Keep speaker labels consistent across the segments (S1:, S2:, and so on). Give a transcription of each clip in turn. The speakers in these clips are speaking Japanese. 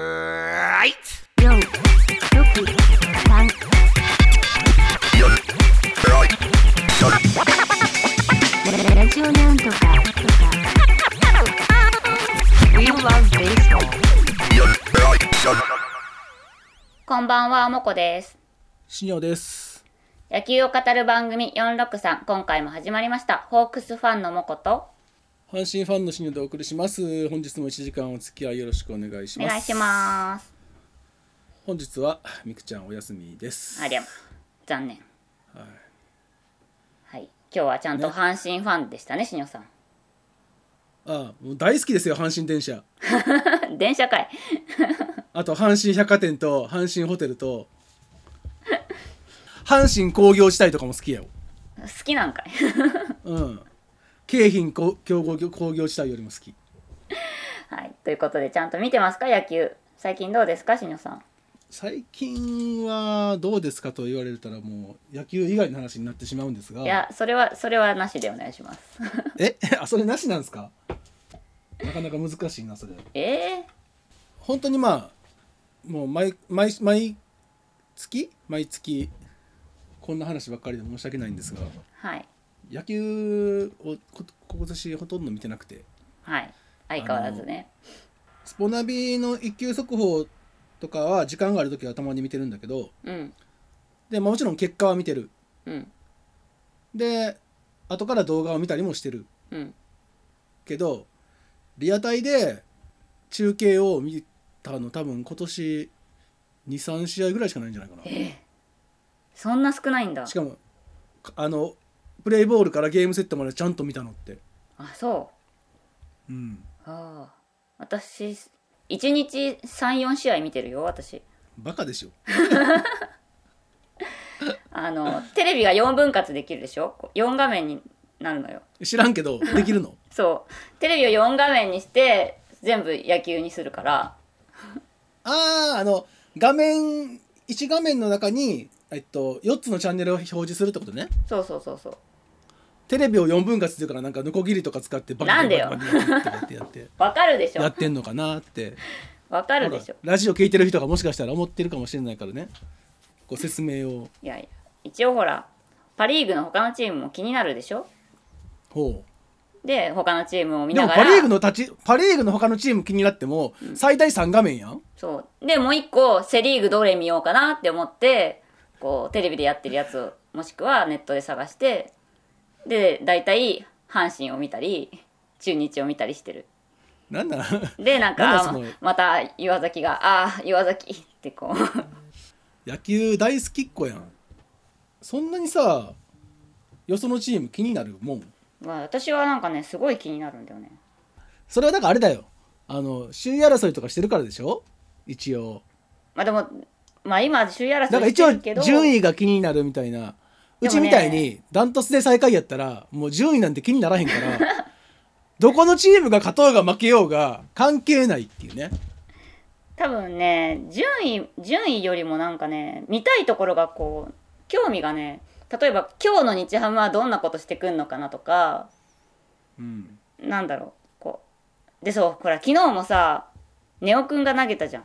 S1: はい
S2: よん、ろく、さん、ララジオなんとか、とか。We love baseball.
S3: こんばんは、もこです。
S4: 新葉です。
S3: 野球を語る番組463、今回も始まりました。ホークスファンのもこと、
S4: 阪神ファンの新葉でお送りします。本日も1時間お付き合いよろしくお願いし
S3: お
S4: ます。
S3: 願いします。
S4: 本日はみくちゃんお休みです。
S3: ありゃま、残念。はい。今日はちゃんと
S4: ね
S3: 阪神ファンでしたね、しにょさ
S4: あもう大好きですよ、阪神電車。
S3: ん。電車会。
S4: あと、阪神百貨店と、阪神ホテルと、 阪神工業地帯とかも好きやよ。
S3: 好きなんかい。
S4: うん。京浜工競合業工業地帯よりも好き。
S3: はい。ということで、ちゃんと見てますか、野球。最近どうですか、しにょさん。
S4: 最近はどうですかと言われたらもう野球以外の話になってしまうんですが
S3: いや、それは、それはなしでお願いします。
S4: え あそれなしなんですかなかなか難しいなそれ
S3: え
S4: 本当にまあもう毎毎毎月毎月こんな話ばっかりで申し訳ないんですが
S3: ー、はい。
S4: 野球をこ今年ほとんど見てなくて
S3: はい。相変わらずね。
S4: スポナビの一級速報とかは時間がある時はたまに見てるんだけど
S3: うん。
S4: で、まあもちろん結果は見てる
S3: うん。
S4: で後から動画を見たりもしてる
S3: うん。
S4: けどリアタイで中継を見たの多分今年23試合ぐらいしかないんじゃないかな
S3: そんな少ないんだ
S4: し。かもかあのプレイボールからゲームセットまでちゃんと見たのって
S3: あ、そう。
S4: うん
S3: ああ私1日34試合見てるよ私
S4: バカでしょ
S3: あ のテレビが4分割できるでしょこう4画面になるのよ
S4: 知らんけどできるの
S3: そうテレビを4画面にして全部野球にするから
S4: あああの画面1画面の中にえっと4つのチャンネルを表示するってことね
S3: そうそうそうそう
S4: テレビを4分割するからなんかノコギリとか使ってバ
S3: なんでよ
S4: バキバキバキってやって
S3: わかるでし
S4: や
S3: ょ
S4: ってんのかなって
S3: わかるでしょ
S4: ほらラジオ聞いてる人がもしかしたら思ってるかもしれないからねご説明を
S3: いやいや一応ほらパ・リーグの他のチームも気になるでしょ
S4: ほ
S3: で他のチームを
S4: う
S3: 見
S4: で
S3: な
S4: も
S3: が
S4: パ・
S3: ら
S4: リーグの立ちパ・リーグの他のチーム気になっても最大3画面やん
S3: そうでもう一個セ・リーグどれ見ようかなって思ってこうテレビでやってるやつをもしくはネットで探してで大体阪神を見たり中日を見たりしてる
S4: なんだ
S3: でなん
S4: なん
S3: か
S4: だその
S3: あまた岩崎が「ああ岩崎」ってこう
S4: 野球大好きっ子やんそんなにさよそのチーム気になるもん
S3: まあ私はなんかねすごい気になるんだよね
S4: それはだからあれだよあの首位争いとかしてるからでしょ一応
S3: まあでもまあ今首位
S4: だか
S3: 争
S4: ら
S3: いし
S4: 一
S3: て
S4: 応
S3: るけど
S4: 順位が気になるみたいなうちみたいにダントツで最下位やったらもう順位なんて気にならへんから どこのチームが勝とうが負けようが関係ないっていうね
S3: 多分ね順位順位よりもなんかね見たいところがこう興味がね例えば今日の日ハムはどんなことしてくんのかなとか
S4: うん
S3: なんだろうこうでそうほら昨日もさネオくんが投げたじゃん、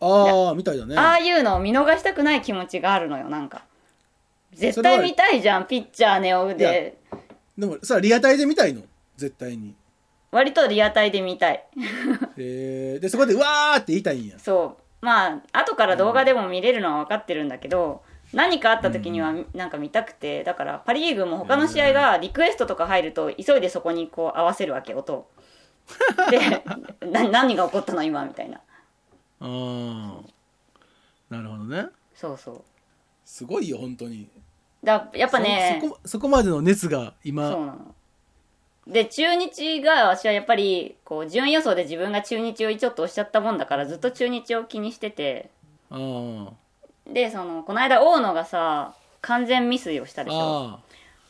S4: ああみたいだ
S3: ああ
S4: ね
S3: いうのを見逃したくない気持ちがあるのよなんか絶
S4: それ
S3: 対
S4: は
S3: 見たいじゃんピッチャーネオで
S4: でもそれはリアタイで見たいの絶対に、
S3: 割とリアタイで見たい
S4: えーでそこでうわーって言いたいんや
S3: そうまあ後から動画でも見れるのは分かってるんだけど、何かあった時にはなんか見たくてだからパ・リーグも他の試合がリクエストとか入ると急いでそこにこう合わせるわけ音をでな何が起こったの今みたいな
S4: あーなるほどね
S3: そうそう
S4: すごいよ本当に
S3: だやっぱね
S4: そそこそこまでの熱が
S3: そう
S4: 今
S3: なの。で、中日が、私はやっぱり、こう、順位予想で自分が中日をちょっと押しちゃったもんだから、ずっと中日を気にしてて、
S4: あー
S3: で、その、この間、大野がさ、完全未遂をしたでしょ。
S4: あ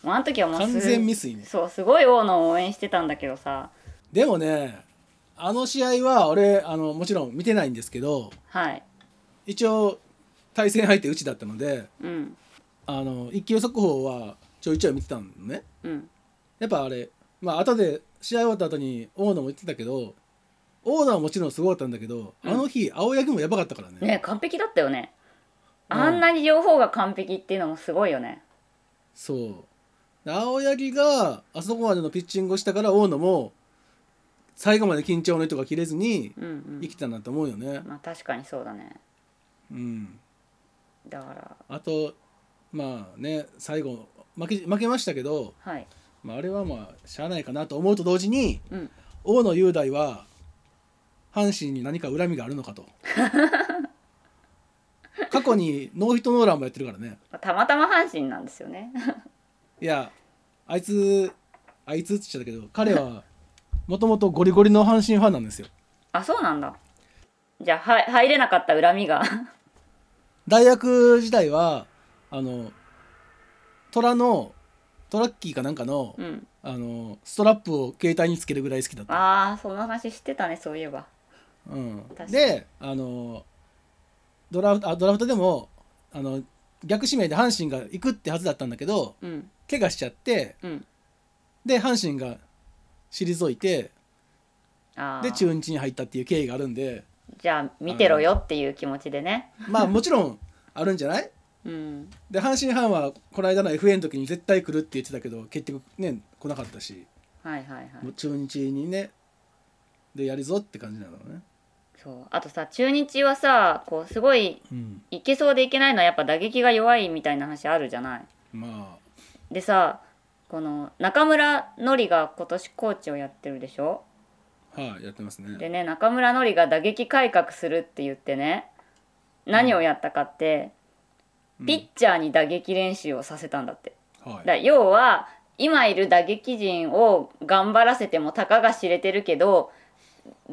S3: もうあの時はも
S4: ー
S3: うす
S4: 完全未遂ね
S3: そう、すごい大野を応援してたんだけどさ、
S4: でもねあの試合は俺あのもちろん見てないんですけど
S3: はい。
S4: 一応対戦相手うちだったので
S3: うん、
S4: あの一級速報はちょいちょい見てたのね
S3: うん、
S4: やっぱあれまあ後で試合終わった後に大野も言ってたけどオーナーもちろんすごかったんだけど、あの日青柳もやばかったからね
S3: ね完璧だったよね
S4: うん
S3: あんなに両方が完璧っていうのもすごいよね
S4: そうで青柳があそこまでのピッチングをしたから大野も最後まで緊張の糸が切れずに
S3: うん
S4: 生きたなと思うよね
S3: うん、まあ確かにそうだね
S4: うん
S3: だから
S4: あとまあね最後負け負けましたけど、
S3: はい
S4: まあ、あれはまあしゃあないかなと思うと同時に
S3: うん
S4: 大野雄大は阪神に何か恨みがあるのか と過去にノーヒットノーランもやってるからね
S3: まあたまたま阪神なんですよね
S4: いやあいつあいつって言っちゃったけど彼はもともとゴリゴリの阪神ファンなんですよ
S3: あそうなんだじゃあは入れなかった恨みが
S4: 大学時代はあの虎のトラッキーかなんかの,、
S3: うん
S4: あのストラップを携帯につけるぐらい好きだった、
S3: ああそんな話してたねそういえば
S4: うん
S3: 確か、に
S4: であのドラフトあドラフトでもあの逆指名で阪神が行くってはずだったんだけど
S3: うん
S4: 怪我しちゃって
S3: うん
S4: で阪神が退いて
S3: ああ
S4: で中日に入ったっていう経緯があるんで
S3: じゃあ見てろよっていう気持ちでね
S4: まあもちろんあるんじゃない
S3: うん
S4: で阪神ファンはこの間の FA の時に絶対来るって言ってたけど結局ね来なかったし
S3: はいはいはい
S4: もう中日にねでやるぞって感じなのね、
S3: そうあとさ中日はさこうすごい
S4: うん、
S3: いけそうでいけないのはやっぱ打撃が弱いみたいな話あるじゃない
S4: ま
S3: でさこの中村典が今年コーチをやってるでしょ
S4: あはいやってますね
S3: でね中村典が打撃改革するって言ってね何をやったかって、
S4: うん
S3: ピッチャーに打撃練習をさせたんだってだ
S4: は
S3: か
S4: い
S3: ら要は今いる打撃陣を頑張らせてもたかが知れてるけど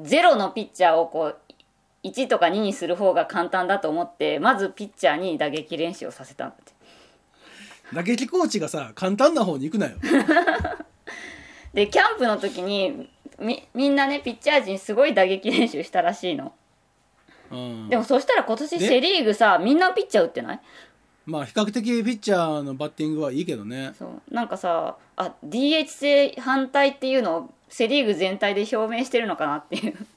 S3: ゼロのピッチャーをこう1とか2にする方が簡単だと思ってまずピッチャーに打撃練習をさせたんだって
S4: 打撃コーチがさ簡単な方に行く なよ
S3: でキャンプの時にみみんなねピッチャー陣すごい打撃練習したらしいの
S4: うん
S3: でもそしたら今年
S4: で
S3: セ・リーグさみんなピッチャー打ってない
S4: まあ比較的ピッチャーのバッティングはいいけどね
S3: そうなんかさあ DH 制反対っていうのをセ・リーグ全体で表明してるのかなっていう、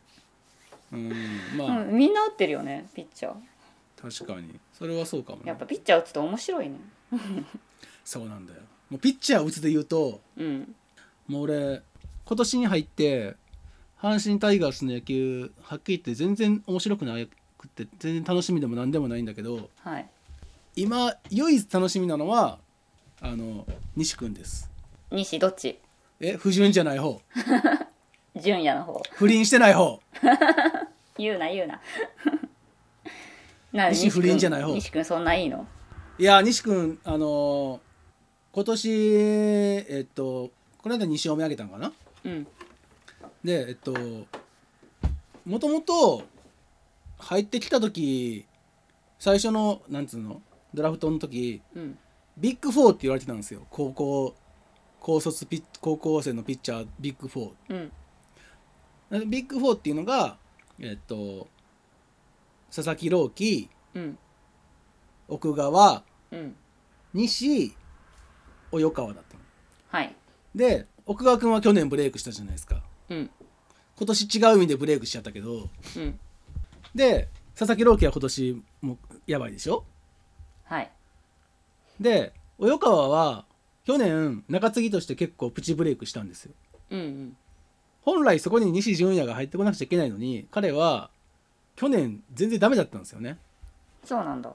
S4: うん
S3: う
S4: まあ
S3: ん、みんな打ってるよねピッチャー
S4: 確かにそれはそうかも
S3: や
S4: ね
S3: っぱピッチャー打つと面白いね
S4: そうなんだよもうピッチャー打つで言うと
S3: うん
S4: もう俺今年に入って阪神タイガースの野球はっきり言って全然面白くなくて全然楽しみでも何でもないんだけど
S3: はい
S4: 今唯一楽しみなのはあの西君です
S3: 西どっち
S4: え不純じゃない方
S3: 純也の方
S4: 不倫してない方
S3: 言うな言うな な
S4: 西不倫じゃない方
S3: 西君そんないいの
S4: いや西君あのー今年えっとこの間2勝目あげたのかな
S3: うん
S4: でえっともともと入ってきた時最初のなんつうのドラフトの時
S3: うん
S4: ビッグフォーって言われてたんですよ高校高卒ピッ高校生のピッチャービッグフォー
S3: うん
S4: でビッグフォーっていうのがえっと佐々木朗希
S3: うん
S4: 奥川
S3: うん
S4: 西及川だったの
S3: はい
S4: で奥川君は去年ブレイクしたじゃないですか
S3: うん
S4: 今年違う意味でブレイクしちゃったけど
S3: うん
S4: で佐々木朗希は今年もやばいでしょ
S3: はい
S4: で及川は去年中継ぎとして結構プチブレイクしたんですよ
S3: うんうん
S4: 本来そこに西純也が入ってこなくちゃいけないのに彼は去年全然ダメだったんですよね
S3: そうなんだ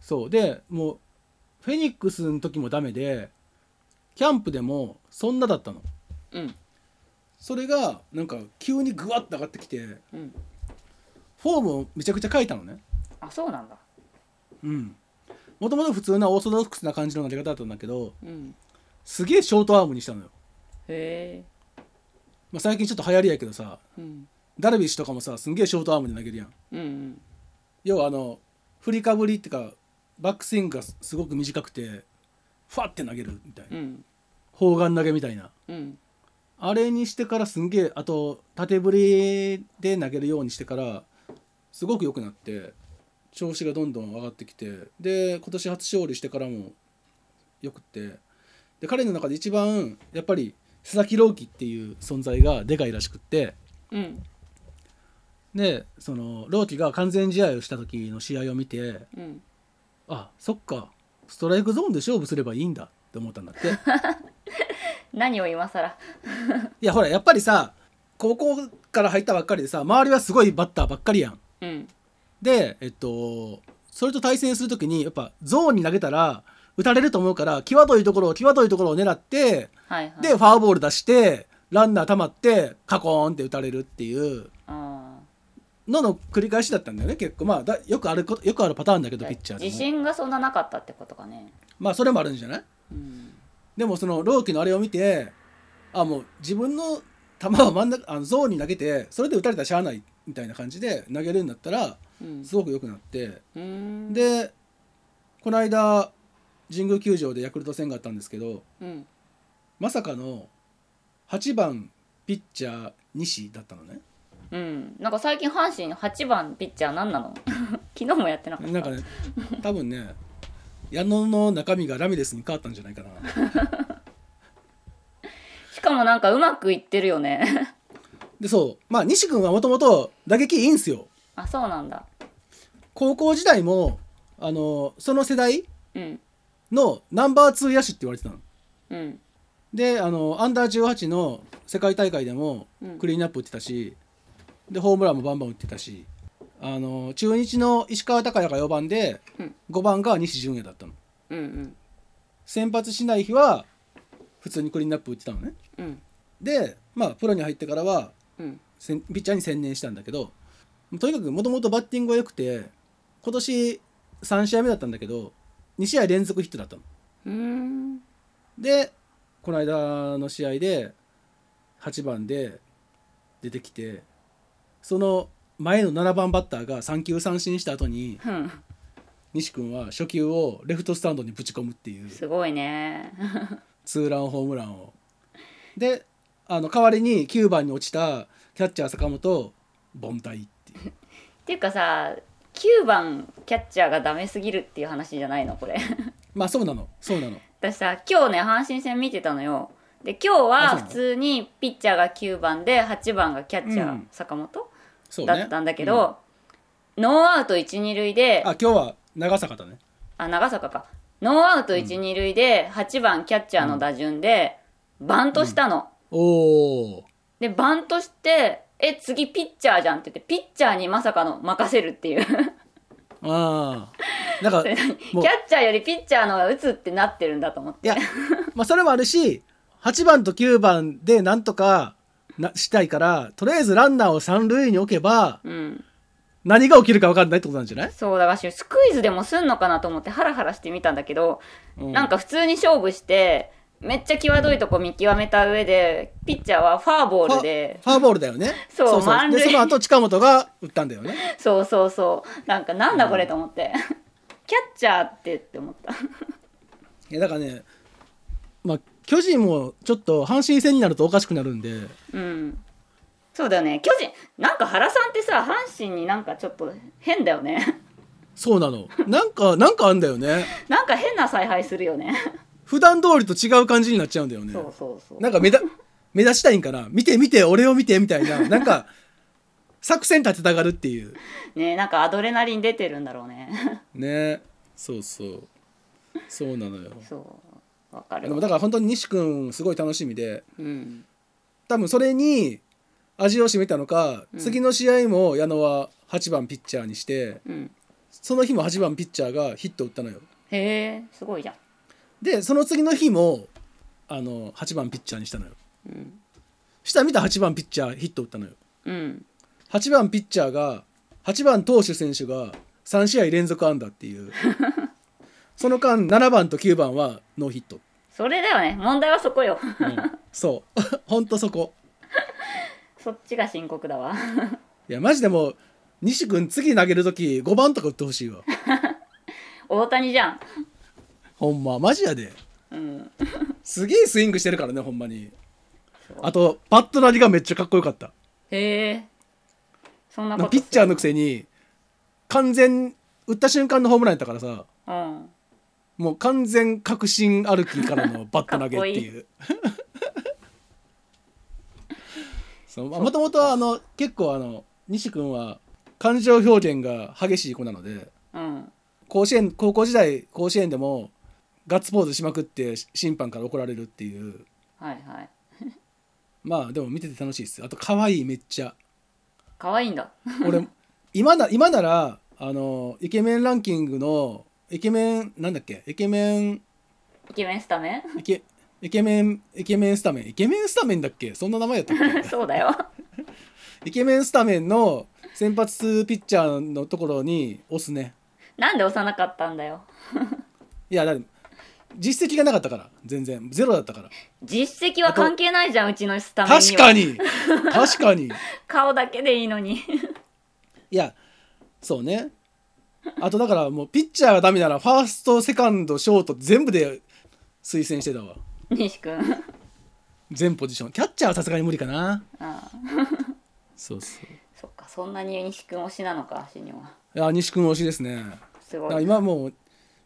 S4: そうでもうフェニックスの時もダメでキャンプでもそんなだったの
S3: うん
S4: それがなんか急にグワッと上がってきてフ
S3: うん
S4: ォームをめちゃくちゃ書いたのね
S3: あそうなんだ
S4: うんもともと普通なオーソドックスな感じの投げ方だったんだけど
S3: うん
S4: すげえショートアームにしたのよ、
S3: へえ
S4: まあ、最近ちょっと流行りやけどさ
S3: うん
S4: ダルビッシュとかもさすんげえショートアームで投げるやん
S3: うんうん
S4: 要はあの振りかぶりってかバックスイングがすすごく短くてファって投げるみたいな
S3: うん
S4: 砲丸投げみたいな
S3: うん
S4: あれにしてからすんげえあと縦振りで投げるようにしてからすごく良くなって調子がどんどん上がってきてで今年初勝利してからも良くってで彼の中で一番やっぱり佐々木朗希っていう存在がでかいらしくって
S3: うん
S4: でその朗希が完全試合をした時の試合を見て
S3: うん
S4: あそっかストライクゾーンで勝負すればいいんだって思ったんだって
S3: 何を今更
S4: いやほらやっぱりさ高校から入ったばっかりでさ周りはすごいバッターばっかりやん。
S3: うん
S4: でえっとそれと対戦する時にやっぱゾーンに投げたら打たれると思うから際どいところを際どいところを狙って
S3: はいはい
S4: でファーボール出してランナー溜まってカコーンって打たれるっていう
S3: あ
S4: のの繰り返しだったんだよね結構まあだよくあることよくあるパターンだけど
S3: ー
S4: ピッチャーで
S3: 自
S4: も
S3: 信がそんななかったってことかね
S4: まあそれもあるんじゃない
S3: うん
S4: でもその朗希のあれを見てあもう自分の球を真ん中あのゾーンに投げてそれで打たれたらしゃあないみたいな感じで投げるんだったら
S3: うん
S4: すごく良くなって
S3: うん
S4: でこの間神宮球場でヤクルト戦があったんですけど
S3: うん
S4: まさかの8番ピッチャー西だったのね
S3: うんなんか最近阪神8番ピッチャー何なの昨日もやってなかった
S4: なんかね多分ね矢野の中身がラミレスに変わったんじゃないかな
S3: しかもなんかうまくいってるよね
S4: でそうまあ西君はもともと打撃いいんすよ
S3: あそうなんだ
S4: 高校時代もあのその世代
S3: うん
S4: のナンバー2野手って言われてたの
S3: うん
S4: であのアンダー18の世界大会でも
S3: うん
S4: クリーンアップ打ってたし、でホームランもバンバン打ってたしあの中日の石川昂弥が4番で、
S3: うん
S4: 5番が西純也だったの
S3: うんうん
S4: 先発しない日は普通にクリーンアップ打ってたのね
S3: うん
S4: でまあプロに入ってからは
S3: うん
S4: せんピッチャーに専念したんだけどとにかくもともとバッティングが良くて今年3試合目だったんだけど2試合連続ヒットだったの
S3: うーん
S4: でこの間の試合で8番で出てきてその前の7番バッターが3球三振した後に
S3: うん
S4: 西君は初球をレフトスタンドにぶち込むっていう
S3: すごいね
S4: ツーランホームランをであの代わりに9番に落ちたキャッチャー坂本凡退っていう
S3: っていうかさ9番キャッチャーがダメすぎるっていう話じゃないのこれ
S4: まあそうなのそうなの
S3: 私さ今日ね阪神戦見てたのよで今日は
S4: あそうなの
S3: 普通にピッチャーが9番で8番がキャッチャー、
S4: うん
S3: 坂本
S4: そうね
S3: だったんだけど、ノーアウト1、2塁で
S4: うんあ今日は長坂だね
S3: あ長坂かノーアウト1、2塁で8番キャッチャーの打順でバントしたの、
S4: おお
S3: でバントしてえ次ピッチャーじゃんって言ってピッチャーにまさかの任せるっていうキャッ
S4: ああな んかもう
S3: チャーよりピッチャーの方が打つってなってるんだと思って
S4: いや、まあ、それもあるし、8番と9番でなんとかなしたいから、とりあえずランナーを3塁に置けば、
S3: うん
S4: 何が起きるか分かんないってことなんじゃない、
S3: そうだからスクイズでもすんのかなと思ってハラハラしてみたんだけど、
S4: う
S3: なんか普通に勝負してめっちゃ際どいとこ見極めた上でピッチャーはファーボールで
S4: ファファーボールだよね。
S3: そう
S4: そう
S3: 満塁
S4: で、その後、近本が打ったんだよね。
S3: そうそうそうなんかなんだこれと思って、 キャッチャーってって思った
S4: いや、だからね、まあ、巨人もちょっと阪神戦になるとおかしくなるんで、
S3: うんそうだよね巨人なんか原さんってさ阪神になんかちょっと変だよね
S4: そうなの。なんか、なんかあんだよね。
S3: なんか変な采配するよね
S4: 普段通りと違う感じになっちゃうんだよね。
S3: そうそうそう
S4: なんか目だ目指したいんかな見て見て、俺を見てみたいな、 なんか、作戦立てたがるっていう。
S3: ねなんかアドレナリン出てるんだろうね
S4: ねそうそうそうなのよ
S3: そうわかる
S4: でも
S3: わ
S4: だから本当に西君すごい楽しみで
S3: うん
S4: 多分それに味を占めたのか、
S3: うん
S4: 次の試合も矢野は8番ピッチャーにして
S3: うん
S4: その日も8番ピッチャーがヒット打ったのよ
S3: へえすごいじゃん
S4: でその次の日もあの8番ピッチャーにしたのよ
S3: うん、
S4: 下見た8番ピッチャーヒット打ったのよ
S3: うん、
S4: 8番ピッチャーが8番投手選手が3試合連続安打っていうその間7番と9番はノーヒット、
S3: それだよね問題はそこよ
S4: うん、そう ほんとそこ
S3: そっちが深刻だわ
S4: いやマジでもう西君次投げる時5番とか打ってほしいわ
S3: 大谷じゃん
S4: ほんまマジやで
S3: うん
S4: すげえスイングしてるからねほんまにあとバット投げがめっちゃかっこよかった
S3: へえそんな
S4: なん
S3: こと
S4: かピッチャーのく
S3: せ
S4: せに完全打った瞬間のホームランやったからさ
S3: うん
S4: もう完全確信歩きからのバット投げって いうそうまあもともとはあの結構あの西君は感情表現が激しい子なので
S3: うん
S4: 甲子園高校時代甲子園でもガッツポーズしまくって審判から怒られるっていう
S3: はいはい
S4: まあでも見てて楽しいですあと可愛いめっちゃ
S3: 可愛いんだ
S4: 俺 今な今ならあのイケメンランキングのイケメンなんだっけイケメン
S3: イケメンス タメ
S4: イケイケメンイケメンスタメンイケメンスタメンだっけそんな名前やったっけ
S3: ン そうだよ
S4: イケメンスタメンの先発ピッチャーのところに押すね
S3: なんで幼かったんだよ
S4: いやだって実績がなかったから全然ゼロだったから
S3: 実績は関係ないじゃんうちのスタメンには
S4: 確 かに確かに
S3: 顔だけでいいのに
S4: いやそうねあとだからもうピッチャーがダメならファーストセカンドショート全部で推薦してたわ
S3: 西君
S4: 全ポジションキャッチャーはさすがに無理かな
S3: ああ
S4: そうそう
S3: そっかそんなに西君推しなのかシニョはい
S4: や西君推しですね
S3: す
S4: だ
S3: ご
S4: から
S3: い
S4: 今もう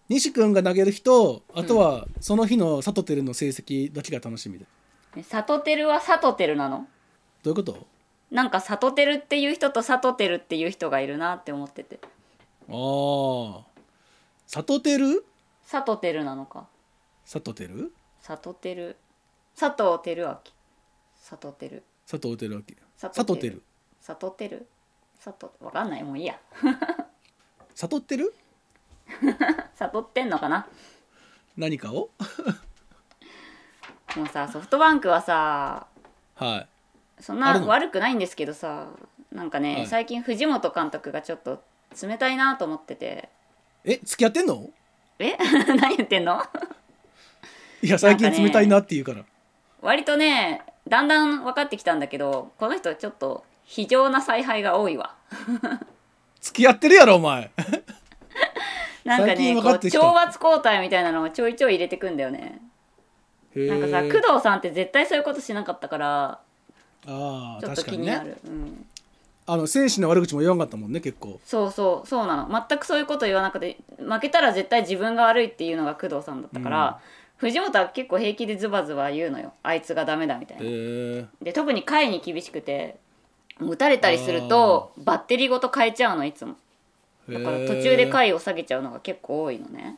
S4: 西君が投げる日とあとはその日のサトテルの成績だけが楽しみで
S3: サトテルはサトテルなの
S4: どういうこと
S3: なんかサトテルっていう人とサトテルっていう人がいるなって思ってて
S4: ああサトテル
S3: サトテルなのか
S4: サトテル
S3: サトテル佐藤輝明サトテル
S4: 佐藤輝明
S3: サ
S4: サ
S3: ト
S4: ト
S3: テ
S4: テ
S3: ル
S4: ル
S3: サトテルサトわかんないもういいや
S4: サトテル
S3: 悟ってんのかな
S4: 何かを
S3: もうさソフトバンクはさ
S4: はい
S3: そんな
S4: あるの
S3: 悪くないんですけどさなんかね、
S4: はい
S3: 最近藤本監督がちょっと冷たいなと思ってて
S4: え付き合ってんの
S3: え 何言ってんの
S4: いや最近
S3: なんかね
S4: 冷たいなって言うから
S3: 割とねだんだん分かってきたんだけどこの人ちょっと非常な采配が多いわ
S4: 付き合ってるやろお前
S3: なんか
S4: 最近
S3: ね
S4: 分
S3: こ
S4: か
S3: う
S4: ってきた
S3: 懲罰交代みたいなのをちょいちょい入れてくんだよね
S4: な
S3: なんかさ工藤さんって絶対そういうことしなかったから
S4: ああ
S3: ちょっと
S4: 確か
S3: 気
S4: に
S3: に
S4: ね
S3: なるうん、
S4: あの選手の悪口も言わんかったもんね結構
S3: そうそうそうなの全くそういうこと言わなくて負けたら絶対自分が悪いっていうのが工藤さんだったから、藤本は結構平気でズバズバ言うのよあいつがダメだみたいな、
S4: へえ
S3: で特に回に厳しくて打たれたりするとバッテリーごと変えちゃうのいつもだから途中で回を下げちゃうのが結構多いのね、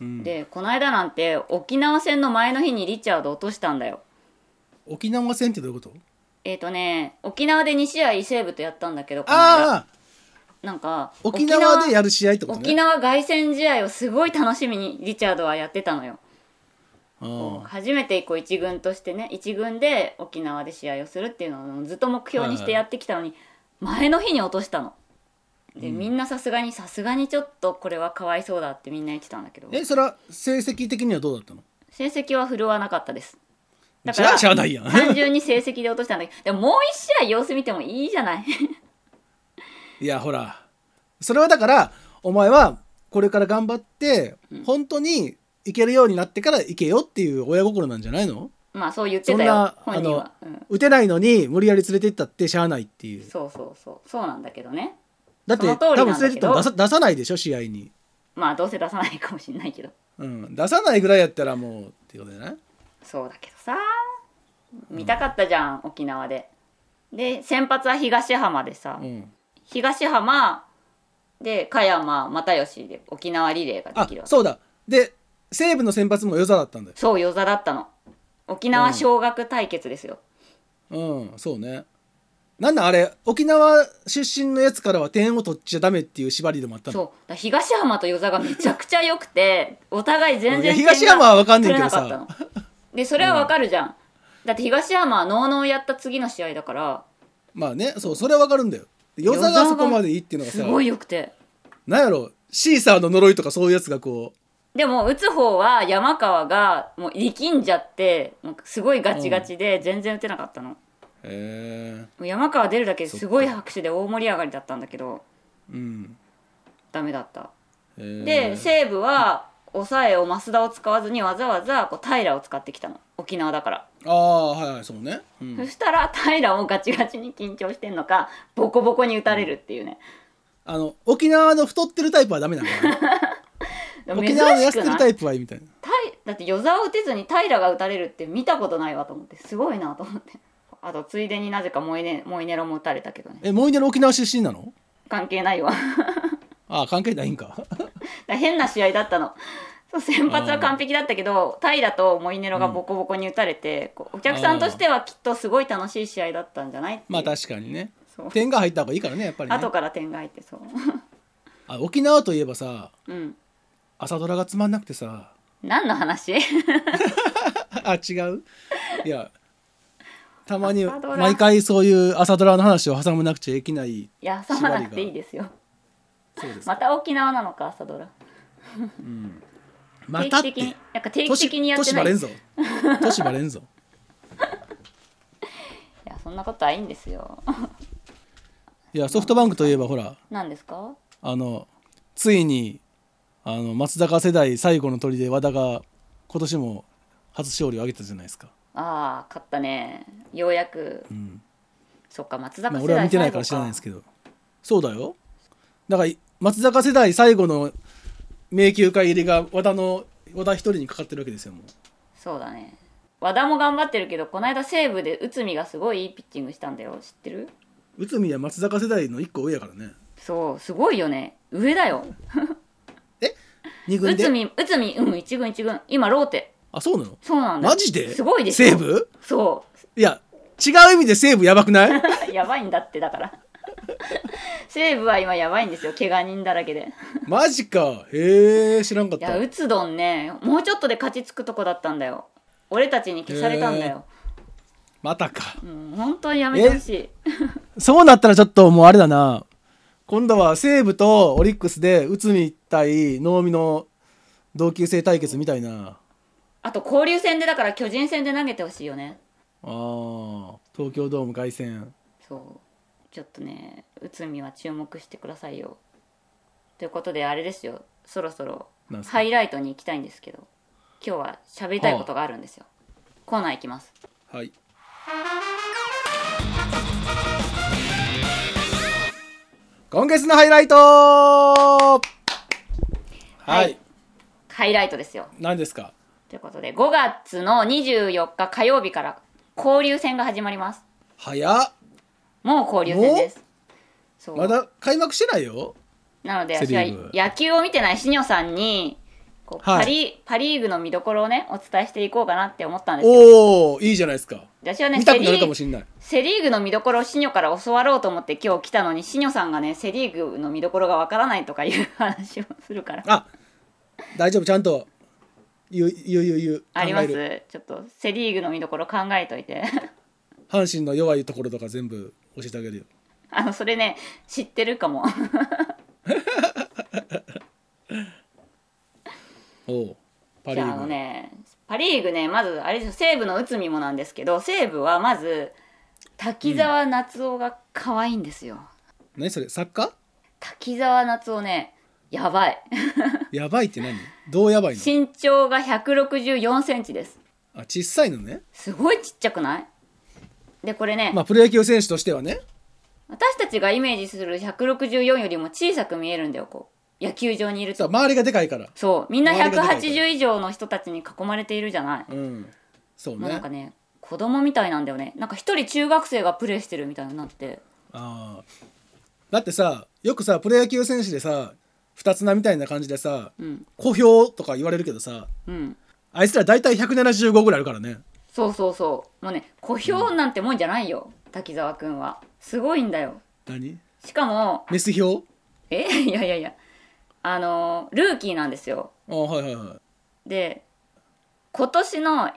S4: うん
S3: でこの間なんて沖縄戦の前の日にリチャード落としたんだよ
S4: 沖縄戦ってどういうこと
S3: えっ、とね沖縄で2試合伊勢部とやったんだけどこの間
S4: ああ
S3: なんか
S4: 沖縄でやる試合ってことね
S3: 沖縄凱旋試合をすごい楽しみにリチャードはやってたのよ
S4: ああ
S3: 初めてこう一軍としてね一軍で沖縄で試合をするっていうのをずっと目標にしてやってきたのに、前の日に落としたので、みんなさすがにさすがにちょっとこれはかわいそうだってみんな言ってたんだけど
S4: えそれは成績的にはどうだったの
S3: 成績は振るわなかったですだか
S4: じ
S3: ら
S4: ゃあしゃあないやん
S3: 単純に成績で落としたんだけどでももう一試合様子見てもいいじゃない
S4: いやほらそれはだからお前はこれから頑張って本当に行けるようになってから行けよっていう親心なんじゃないの
S3: まあそう言ってたよ
S4: そんな
S3: 本人は、うん、
S4: 打てないのに無理やり連れてったってしゃあないっていう
S3: そうそうそうそうなんだけどね
S4: だって
S3: その通り
S4: 多
S3: なんだけど
S4: 分連れてっても出さ出さないでしょ試合に、
S3: まあどうせ出さないかもしれないけど
S4: うん、出さないぐらいやったらもうっていうことじゃない
S3: そうだけどさ見たかったじゃん、沖縄でで先発は東浜でさ、
S4: うん、
S3: 東浜で加山又吉で沖縄リレーが
S4: あ
S3: できるわけ
S4: そうだで西武の先発も与座だったんだよ
S3: そう与座だったの沖縄小学対決ですよ、
S4: うんそうねなんだあれ沖縄出身のやつからは点を取っちゃダメっていう縛りでもあった
S3: そう
S4: の
S3: だから東浜と与座がめちゃくちゃ良くてお互い全然
S4: いや東浜はわかんねんけどさ
S3: 取れなかったのでそれはわかるじゃん、だって東山はノーノーやった次の試合だから
S4: まあねそうそれはわかるんだよ与座がそこまでいいっていうのが
S3: す
S4: さ
S3: ごい良くて
S4: なんやろシーサーの呪いとかそういうやつがこ
S3: でも打つ方は山川がもう力んじゃってもうすごいガチガチで全然打てなかったの、も
S4: うへえ
S3: う山川出るだけですごい拍手で大盛り上がりだったんだけど
S4: うん
S3: ダメだった
S4: へー
S3: で西武は抑えを増田を使わずにわざわざこう平を使ってきたの沖縄だから、
S4: ああはいはいそうね、うん
S3: そしたら平もガチガチに緊張してんのかボコボコに打たれるっていうね、
S4: あの沖縄の太ってるタイプはダ メなのかな
S3: 珍
S4: 沖
S3: し
S4: 縄の痩
S3: く
S4: せて
S3: な
S4: るタ
S3: い
S4: イプはいいみたいな
S3: 平だって与座を打てずに平が打たれるって見たことないわと思ってすごいなと思ってあとついでになぜかモイネモイネロも打たれたけどね
S4: えモイネル沖縄出身なの
S3: 関係ないわ だか
S4: ああ関係ないんか
S3: ら変な試合だったのそう先発は完璧だったけど平良とモイネロがボコボコに打たれて、こうお客さんとしてはきっとすごい楽しい試合だったんじゃないっていう
S4: まあ確かにね
S3: そう
S4: 点が入った方がいいからねやっぱり、ね、
S3: 後から点が入ってそう
S4: あ沖縄といえばさ
S3: うん
S4: 朝ドラがつまんなくてさ
S3: 何の話
S4: あ違ういやたまに
S3: 朝ドラ
S4: 毎回そういう朝ドラの話を挟まなくちゃいけない
S3: いや挟まなくていいですよ
S4: そうです、
S3: また沖縄なのか朝ドラ
S4: うん、ま
S3: 定
S4: たっ
S3: 期
S4: て
S3: 的になんか定期
S4: 年
S3: 的にやって
S4: 年
S3: な
S4: バ
S3: い
S4: レ
S3: い
S4: んぞ年バレんぞ
S3: やそんなことはいいんですよ
S4: いやソフトバンクといえばほら
S3: 何ですか
S4: あのついにあの松坂世代最後の砦で和田が今年も初勝利を挙げたじゃないですか、
S3: ああ勝ったねようやく
S4: うん
S3: そっか松
S4: ま
S3: 坂
S4: あ、
S3: 世代
S4: 俺は見てないから知らないんですけどそうだよだから松坂世代最後の迷宮会入りが和田の和田一人にかかってるわけですよもう
S3: そうだね和田も頑張ってるけどこの間西武で内海がすごいいいピッチングしたんだよ知ってる
S4: 内海は松坂世代の一個上やからね
S3: そうすごいよね上だよ
S4: 二軍
S3: 内
S4: で
S3: 海内海うん一軍一軍今ローテ
S4: あそうなの
S3: そうなんだよ
S4: マジです
S3: ごいでしょ
S4: 西武
S3: そ
S4: いや違う意味で西武やばくない
S3: う やばいんだってだから 西武は今やばいんですよ怪我人だらけで
S4: マジかへえ知らんかっ
S3: いや
S4: た
S3: 打つどんねもうちょっとで勝ちつくとこだったんだよ俺たちに消されたんだよ、
S4: またか
S3: もう本当にやめてほしい
S4: そうなったらちょっともうあれだな。今度は西武とオリックスで内海対能見の同級生対決みたいな。
S3: あと交流戦でだから巨人戦で投げてほしいよね
S4: あー東京ドーム凱旋。
S3: そうちょっとね内海は注目してくださいよということであれですよそろそろ
S4: なんすか
S3: ハイライトに行きたいんですけど今日は喋りたいことがあるんですよ、コーナー行きます
S4: はい。今月のハイライトはい、
S3: いハイライトですよ
S4: 何ですか
S3: ということで5月の24日火曜日から交流戦が始まります
S4: 早っ
S3: もう交流戦ですそう
S4: まだ開幕してないよ
S3: なので
S4: セ
S3: 私
S4: リ
S3: は
S4: ーグ
S3: 野球を見てないシニョさんにこう
S4: はい
S3: パリパ・リーグの見どころをねお伝えしていこうかなって思ったんですよ
S4: おおいいじゃないですか
S3: 私はね
S4: 見た
S3: セ
S4: く
S3: リ
S4: なるかも
S3: ー
S4: しんない
S3: セリーグの見どころをシニョから教わろうと思って今日来たのにシニョさんがねセ・リーグの見どころがわからないとかいう話をするから
S4: あ大丈夫ちゃんと言う言う言う言う
S3: ありま
S4: 考える
S3: すちょっとセ・リーグの見どころ考えとい て
S4: 阪神の弱いところとか全部教えてあげるよ
S3: あのそれね知ってるかも
S4: おうパ・
S3: じ
S4: リ
S3: ゃああ
S4: ー
S3: の
S4: グ、
S3: ねパ・リーグねまずあれですよ西武の内海もなんですけど西武はまず滝沢夏夫が可愛いんですよ、
S4: 何それサッカ
S3: 滝沢夏夫ねやば い
S4: ーやばいって何どうやばいの
S3: 身長が1 6 4センチです
S4: あ小さいのね
S3: すごいちっちゃくないでこれね、
S4: まあプロ野球選手としてはね
S3: 私たちがイメージする164よりも小さく見えるんだよこう野球場にいる
S4: さ
S3: と
S4: 周りがでかいから
S3: そうみんな
S4: 周りがでかいから
S3: 180以上の人たちに囲まれているじゃない、
S4: うんそう
S3: もうな
S4: ね
S3: んかね子供みたいなんだよねなんか一人中学生がプレーしてるみたいになって
S4: あーだってさよくさプロ野球選手でさ二つ名みたいな感じでさ
S3: うん
S4: 小兵とか言われるけどさ
S3: うん
S4: あいつら大体175ぐらいあるからね
S3: そうそうそうもうね小兵なんてもんじゃないよ、滝沢くんはすごいんだよ
S4: 何
S3: しかも
S4: メス表
S3: え いやいやいやあのルーキーなんですよ
S4: あーはいはいはい
S3: で今年の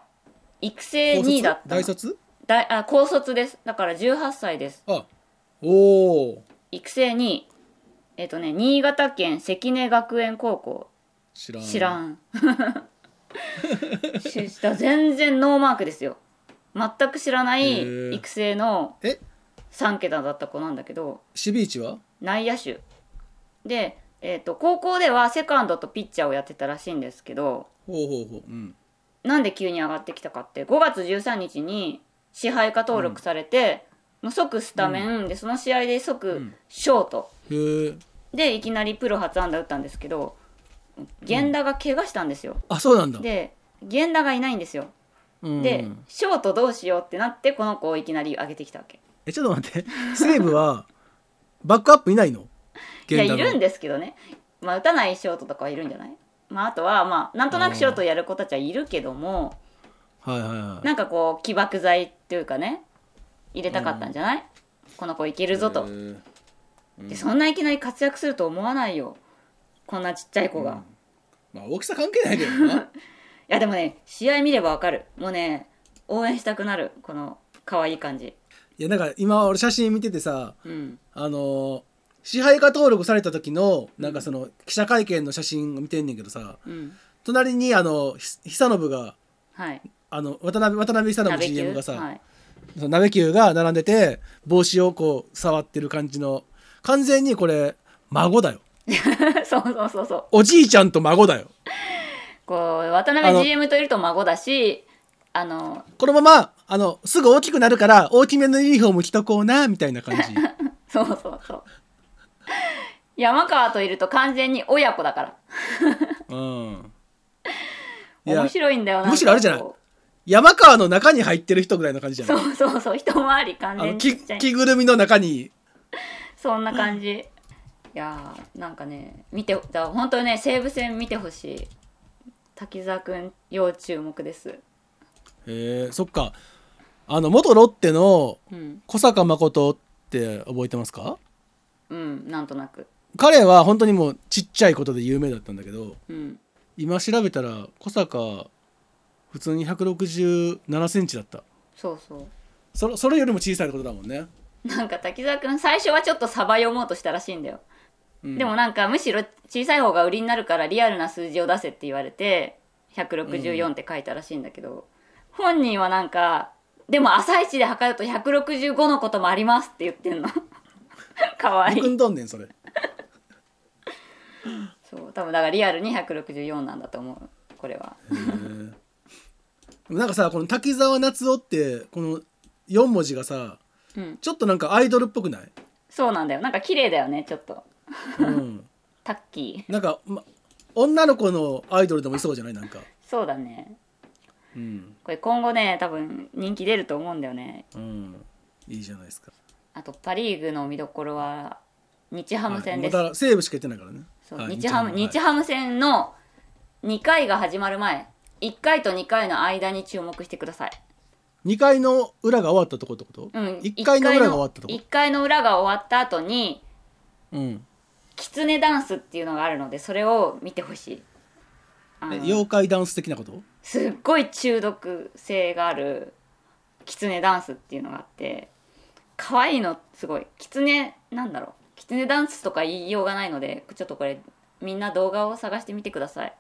S3: 育成2位だったの
S4: 大卒
S3: 大あ高卒ですだから18歳です
S4: あおお
S3: 育成2位えっ、とね新潟県関根学園高校
S4: 知らん
S3: 知らん しだ全然ノーマークですよ全く知らな
S4: へ
S3: い
S4: ー
S3: 育成の
S4: え
S3: 3桁だった子なんだけど
S4: 守備位置は
S3: 内野手で、えっと高校ではセカンドとピッチャーをやってたらしいんですけど
S4: ほうほうほううん
S3: なんで急に上がってきたかって5月13日に支配下登録されて、もう即スタメン、でその試合で即
S4: ん
S3: ショート、
S4: へえ
S3: でいきなりプロ初安打打ったんですけど源田が怪我したんですよ、
S4: あそうなんだ
S3: で源田がいないんですよ
S4: うん
S3: でショートどうしようってなってこの子をいきなり上げてきたわけ
S4: えちょっと待って西武はバックアップいないの
S3: いやいるん
S4: で
S3: ですけどねまあ打たないショートとかはいるんじゃないまああとはまあなんとなくショートやる子たちはいるけども
S4: はいはいはい
S3: なんかこう起爆剤っていうかね入れたかったんじゃないこの子いけるぞと
S4: へー
S3: でそんないきなり活躍すると思わないよこんなちっちゃい子が、い
S4: まあ大きさ関係ないけど な
S3: やでもね試合見ればわかるもうね応援したくなるこの可愛い感じ
S4: いやなんか今俺写真見ててさ
S3: うん
S4: あのー支配下登録された時のなんかその記者会見の写真を見てんねんけどさ
S3: うん
S4: 隣にあのひ久信が
S3: はい
S4: あの渡辺渡辺久
S3: 鍋
S4: 信 GM がさ、
S3: はい、
S4: その鍋球が並んでて帽子をこう触ってる感じの完全にこれ孫だよ
S3: そうそうそうそう
S4: おじいちゃんと孫だよ
S3: こう渡
S4: あの
S3: 辺 GM といると孫だしあの
S4: このままあのすぐ大きくなるから大きめのユニフォーム着とこうなみたいな感 じ
S3: そうそうそう山川といると完全に親子だから
S4: うんいや
S3: 面白いんだよな
S4: むしろあれじゃない
S3: んかこ
S4: 山川の中に入ってる人ぐらいの感じ
S3: う
S4: じゃない
S3: そうそうそう一回り完
S4: あ
S3: 全
S4: の
S3: に
S4: き
S3: ちっちゃい
S4: 着ぐるみの中に
S3: そんな感じ。いやーなんかね見てだから本当にね西武戦見てほしい滝沢くん要注目です
S4: へえそっかあの元ロッテの
S3: うん
S4: 小坂誠って覚えてますか
S3: うんなんとなく
S4: 彼は本当にもうちっちゃいことで有名だったんだけど
S3: うん
S4: 今調べたら小坂普通に1 6 7ンチだった
S3: そうそう
S4: それそれよりも小さいってことだもんね、
S3: なんか滝沢くん最初はちょっとさば読もうとしたらしいんだよ、
S4: うん
S3: でもなんかむしろ小さい方が売りになるからリアルな数字を出せって言われて164って書いたらしいんだけど、本人はなんかでも朝一で測ると165のこともありますって言って んのかわいい
S4: 僕んどんねんそれ
S3: そう多分だからリアルに164なんだと思うこれは
S4: でもなんかさこの滝沢夏夫ってこの4文字がさ
S3: うん
S4: ちょっとなんかアイドルっぽく ない、
S3: そうなんだよなんか綺麗だよねちょっと
S4: うん、
S3: タッキー
S4: なんか、ま、女の子のアイドルでもいそうじゃないなんか、
S3: そうだね
S4: うん
S3: これ今後ね多分人気出ると思うんだよね
S4: うん、いいじゃないですか
S3: あとパ・リーグの見どころは日ハム戦です、
S4: はいまた西武しか言ってないからね
S3: そう
S4: はい
S3: 日ハム日
S4: はい
S3: ハム戦の2回が始まる前1回と2回の間に注目してください、
S4: 二回の裏が終わったとこってこと、
S3: うん、
S4: 一回の裏が終わったとこ
S3: 1回の裏が終わった後に
S4: うん
S3: キツネダンスっていうのがあるのでそれを見てほしいあの
S4: え妖怪ダンス的なこと
S3: すっごい中毒性があるキツネダンスっていうのがあって可愛いのすごいキツネなんだろうキツネダンスとか言いようがないのでちょっとこれみんな動画を探してみてください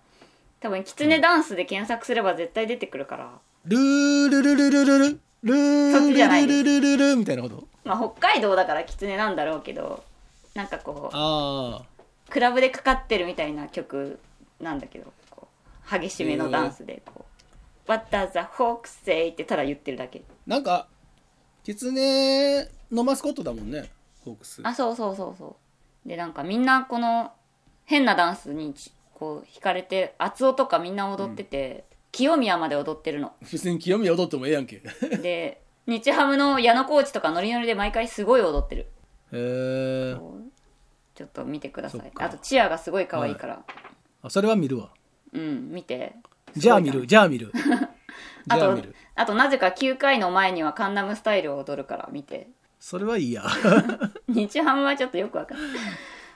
S3: 多分キツネダンスで検索すれば絶対出てくるから、
S4: ルールルルルルルルル
S3: そっちじゃない
S4: ルルルルルみたいなこと
S3: まあ北海道だからキツネなんだろうけどなんかこう
S4: ああ
S3: クラブでかかってるみたいな曲なんだけどこう激しめのダンスでこう「What does the hawk say?」ってただ言ってるだけ
S4: なんかキツネのマスコットだもんねホークス
S3: あそうそうそうそうでなんかみんなこの変なダンスにちこう惹かれて厚尾とかみんな踊ってて、清宮まで踊ってるの
S4: 別に清宮踊ってもええやんけへ
S3: で日ハムの矢野コーチとかノリノリで毎回すごい踊ってる
S4: え
S3: ちょっと見てくださ
S4: そっ
S3: い
S4: か
S3: あとチアがすごい可愛いから、
S4: あそれは見るわ
S3: うん見て
S4: じゃあ見るじゃあ 見るじ
S3: あ
S4: ゃあ
S3: と
S4: 見る
S3: あとなぜか9回の前にはカンナムスタイルを踊るから見て
S4: それはいいや
S3: 日ハムはちょっとよくわかんない。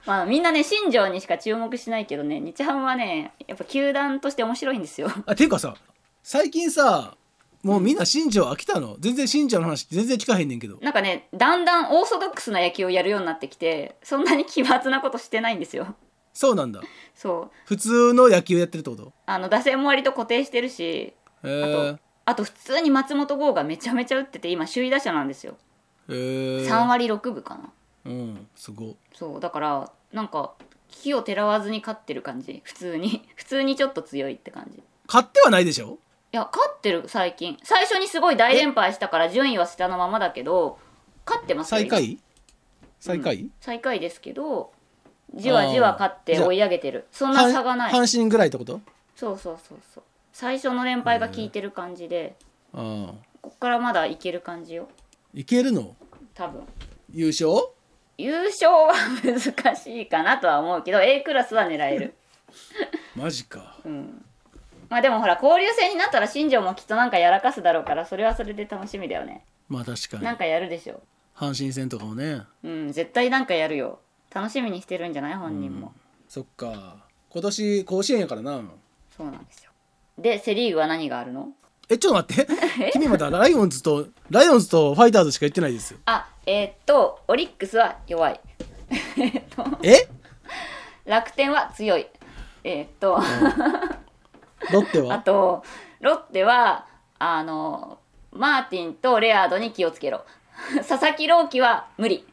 S3: まあみんなね新庄にしか注目しないけどね日ハムはねやっぱ球団として面白いんですよ
S4: あていうかさ最近さもうみんな新庄飽きたの全然新庄の話全然聞かへんねんけど
S3: なんかねだんだんオーソドックスな野球をやるようになってきてそんなに奇抜なことしてないんですよ
S4: そうなんだ
S3: そう
S4: 普通の野球やってるってこと
S3: あの打線も割と固定してるし
S4: へ
S3: あと、あと普通に松本剛がめちゃめちゃ打ってて今首位打者なんですよ
S4: えへえ
S3: 3割6分かな
S4: うんすごい
S3: そうだからなんか木をてらわずに勝ってる感じ普通に 普通にちょっと強いって感じい
S4: 買ってはないでしょ
S3: や勝ってる最近最初にすごい大連敗したから順位は下のままだけど勝ってますよ
S4: 最
S3: 今
S4: 下位最下位、
S3: 最下位ですけどじわじわ勝って追い上げてるそんな差がない
S4: 阪神ぐらいってこと
S3: そうそうそうそう最初の連敗が効いてる感じで、
S4: ああ
S3: こっからまだいける感じよ
S4: いけるの
S3: 多分
S4: 優勝
S3: 優勝は難しいかなとは思うけど A クラスは狙え る
S4: マジか
S3: うんまあでもほら交流戦になったら新庄もきっとなんかやらかすだろうからそれはそれで楽しみだよね
S4: まあ確かに
S3: なんかやるでしょ
S4: 阪神戦とかもね
S3: うん絶対なんかやるよ楽しみにしてるんじゃない本人も、
S4: そっか今年甲子園やからな
S3: そうなんですよでセ・リーグは何があるの
S4: えちょっと 待って君まだライオンズとライオンズとファイターズしか言ってないですよ
S3: あえーっとオリックスは弱いえーっと
S4: え
S3: 楽天は強いえーっと
S4: ロッテ
S3: あ
S4: は
S3: とロッテはあのマーティンとレアードに気をつけろ 佐々木朗希は無理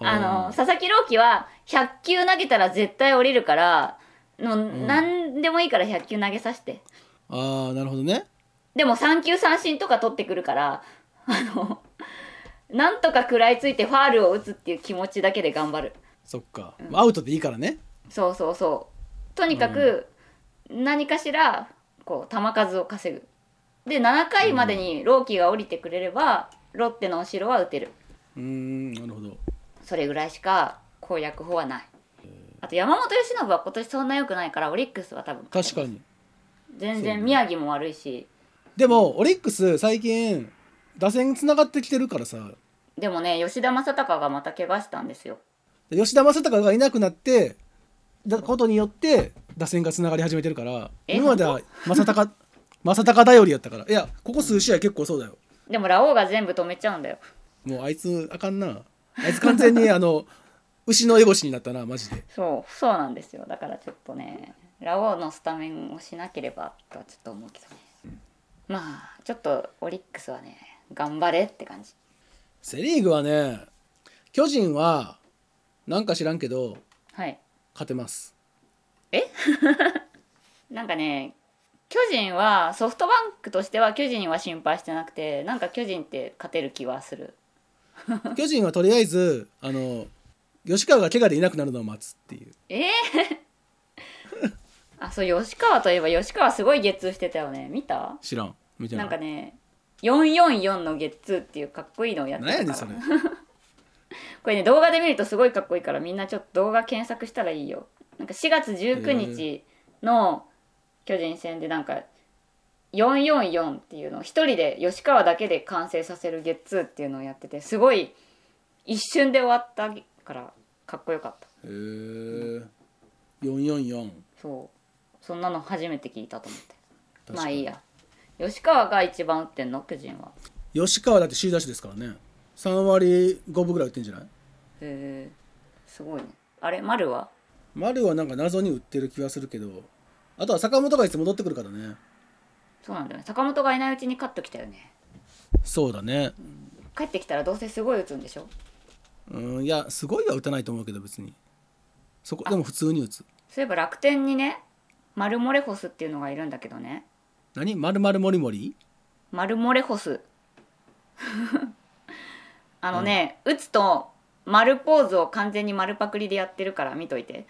S3: あの佐々木朗希は100球投げたら絶対降りるからの、何でもいいから100球投げさせて
S4: あーなるほどね
S3: でも3球三振とか取ってくるからあのなんとか食らいついてファールを打つっていう気持ちだけで頑張る
S4: そっか、アウトでいいからね
S3: そうそうそうとにかく何かしらこう球数を稼ぐで7回までに朗希が降りてくれればロッテの後ろは打てる
S4: うーんなるほど
S3: それぐらいしか攻略法はないあと山本由伸は今年そんな良くないからオリックスは多分
S4: 確かに
S3: 全
S4: そう
S3: 然
S4: ね
S3: 宮城も悪いし
S4: でもオリックス最近打線つながってきてるからさ
S3: でもね吉田正尚がまた怪我したんですよ
S4: 吉田正尚がいなくなってだことによって打線がつながり始めてるから
S3: え
S4: 今までは正尚正尚頼りやったからいやここ数試合結構そうだよ
S3: でもラオウが全部止めちゃうんだよ
S4: もうあいつあかんなあいつ完全にあ の牛のエゴシになったなマジで
S3: そうそうなんですよだからちょっとねラオウのスタメンをしなければとはちょっと思うけどねまあちょっとオリックスはね頑張れって感じ
S4: セ・リーグはね巨人はなんか知らんけど
S3: はい
S4: 勝て ます
S3: なんかね巨人はソフトバンクとしては巨人は心配してなくてなんか巨人って勝てる気はする
S4: 巨人はとりあえずあの吉川が怪我でいなくなるのを待つっていう
S3: ええあそう吉川といえば吉川すごいゲッツーしてたよね見た
S4: 知らんみたい
S3: な
S4: なん
S3: かね444のゲッツーっていうかっこいいのをやって
S4: 何やねん それ
S3: これね動画で見るとすごいかっこいいからみんなちょっと動画検索したらいいよなんか4月19日の巨人戦でなんか444っていうのを一人で吉川だけで完成させるゲッツーっていうのをやっててすごい一瞬で終わったからかっこよかった
S4: へえ444
S3: そうそんなの初めて聞いたと思って
S4: 確
S3: ま
S4: か
S3: あ
S4: に
S3: いいや吉川が一番打ってんの巨人は
S4: 吉川だって首位打者ですからね3割5分ぐらい打ってんじゃない
S3: へえすごいねあれ丸は
S4: 丸はなんか謎に打ってる気がするけどあとは坂本がいつ戻ってくるからね
S3: そうなんだよね坂本がいないうちに勝っときたよね
S4: そうだね
S3: 帰ってきたらどうせすごい打つんでしょ
S4: うんいやすごいは打たないと思うけど別にそこでも普通に打つ
S3: そういえば楽天にねマルモレホスっていうのがいるんだけどね
S4: 何まるまるもりもり
S3: マルモレホス あのね、打つと丸ポーズを完全に丸パクリでやってるから見といて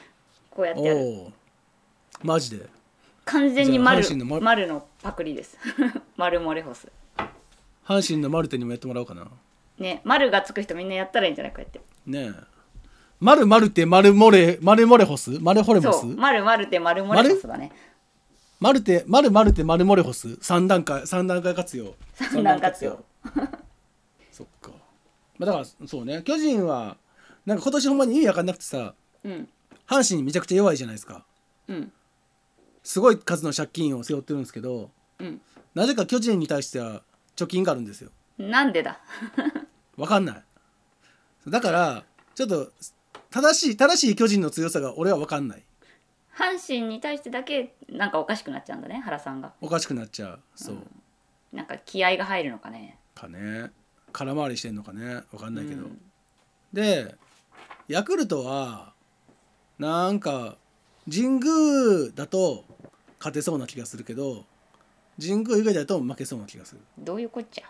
S3: こうやって
S4: お
S3: やる
S4: おマジで
S3: 完全に丸
S4: じゃあ阪神の丸
S3: 丸のパクリです 丸モレホス
S4: 阪神のマルテにもやってもらおうかな
S3: ね丸がつく人みんなやったらいいんじゃないこうやって
S4: ねえまるまるってまるモレまるモレホスまるホレモ
S3: そ
S4: ス
S3: う丸丸って丸モレホスだね
S4: まるてまるまるてまるモレホス3段階三段階活用
S3: 三段活用
S4: 三段活用そっかまあだからそうね巨人はなんか今年ほんまに意味わかんなくてさ
S3: うん
S4: 阪神めちゃくちゃ弱いじゃないですか
S3: うん
S4: すごい数の借金を背負ってるんですけど
S3: うん
S4: なぜか巨人に対しては貯金があるんですよ
S3: なんでだ
S4: わかんないだからちょっと正しい正しい巨人の強さが俺はわかんない
S3: 阪神に対してだけなんかおかしくなっちゃうんだね原さんが
S4: おかしくなっちゃうそう、
S3: なんか気合が入るのかね
S4: かね空回りしてんのかねわかんないけど、
S3: うん
S4: でヤクルトはなんか神宮だと勝てそうな気がするけど神宮以外だと負けそうな気がする
S3: どういうこっちゃ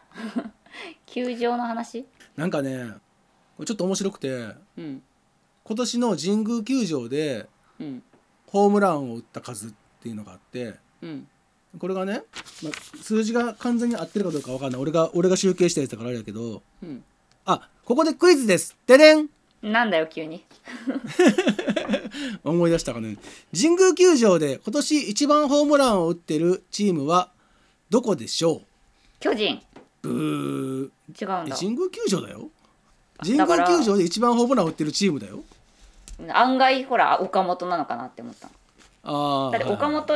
S3: 球場の話
S4: なんかねこれちょっと面白くて
S3: うん
S4: 今年の神宮球場で
S3: うん
S4: ホームランを打った数っていうのがあって
S3: うん
S4: これがね、まあ、数字が完全に合ってるかどうかわかんない俺が俺が集計したやつだからあれだけど
S3: うん
S4: あここでクイズですででん
S3: なんだよ急に
S4: 思い出したかね神宮球場で今年一番ホームランを打ってるチームはどこでしょう
S3: 巨人
S4: ブー
S3: 違うん
S4: え
S3: だ
S4: 神宮球場だよ
S3: あ
S4: 神
S3: だから
S4: 宮球場で一番ホームランを打ってるチームだよ
S3: 案外ほら岡本なのかなって思った
S4: ああ
S3: だって岡本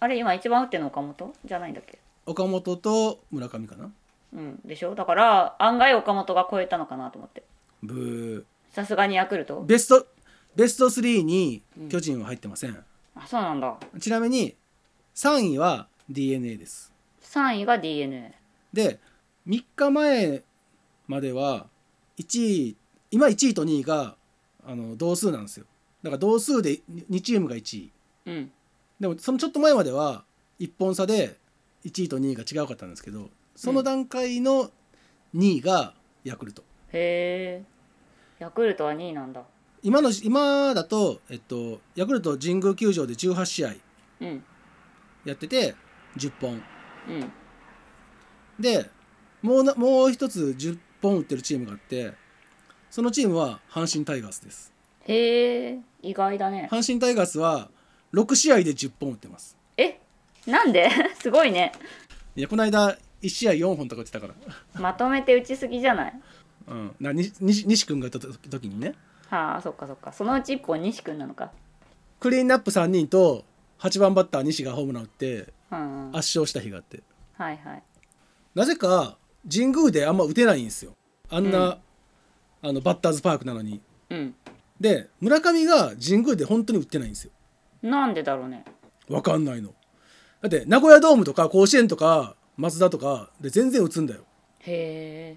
S3: あれ今一番打ってるの岡本じゃないんだっけ
S4: 岡本と村上かな
S3: うんでしょだから案外岡本が超えたのかなと思って
S4: ブ
S3: さすがにヤクル
S4: ー
S3: ト
S4: ベストベスト3に巨人は入ってません、
S3: あそうなんだ
S4: ちなみに3位は d n a です
S3: 3位が d n a
S4: で3日前までは1位今1位と2位があの同数なんですよだから同数で2チームが1位
S3: うん
S4: でもそのちょっと前までは1本差で1位と2位が違うかったんですけどその段階の2位がヤクルト、
S3: へえヤクルトは2位なんだ
S4: 今の今だと、えっと、ヤクルト神宮球場で18試合
S3: うん
S4: やってて10本
S3: うん
S4: でもうなもう一つ10本打ってるチームがあってそのチームは阪神タイガースです
S3: へえ意外だね
S4: 阪神タイガースは6試合で10本打ってます
S3: えなんで すごいね
S4: いやこの間1試合4本とか打ってたから、
S3: まとめて打ちすぎじゃない
S4: うん、なに西西君がいた時時にね
S3: はあそっかそっかそのうち1本西君なのか
S4: クリーンナップ3人と8番バッター西がホームラン打って
S3: うん、うん、はい
S4: 圧勝した日があって
S3: はい
S4: なぜか神宮であんま打てないんですよあんな、あのバッターズパークなのに
S3: うん
S4: で村上が神宮で本当に打ってないんですよ
S3: なんでだろうね
S4: わかんないのだって名古屋ドームとか甲子園とか松田とかで全然打つんだよ
S3: へえ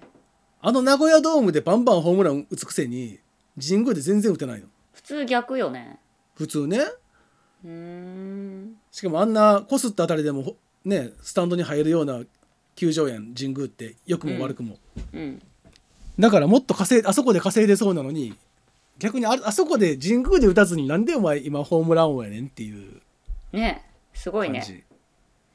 S4: あの名古屋ドームでバンバンホームラン打つくせに神宮で全然打てないの
S3: 普通逆よね
S4: 普通ね
S3: うーん
S4: しかもあんなこすったあたりでもほねスタンドに入るような球場やん神宮って良くも悪くも、
S3: うん
S4: だからもっと稼いあそこで稼いでそうなのに逆にああそこで神宮で打たずになんでお前今ホームラン王やねんっていう
S3: ねすごい
S4: 感じ、
S3: ね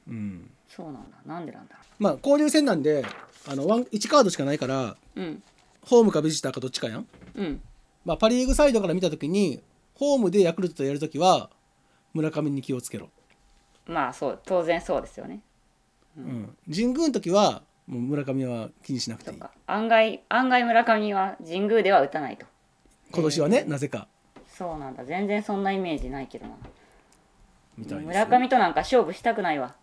S4: うん
S3: そうなんだなんでなんだろ
S4: まあ交流戦なんであのワン1カードしかないから
S3: ううん
S4: ホームかビジターかどっちかやん、
S3: うん
S4: まあ、パ・リーグサイドから見た時にホームでヤクルトとやる時は村上に気をつけろ、
S3: まあそう当然そうですよね
S4: う、
S3: うん
S4: 神宮の時はもう村上は気にしなくて
S3: そ
S4: い
S3: っ
S4: い
S3: か案外案外村上は神宮では打たないと
S4: 今年はねなぜか
S3: そうなんだ全然そんなイメージないけどな
S4: みたいです
S3: 村上となんか勝負したくないわ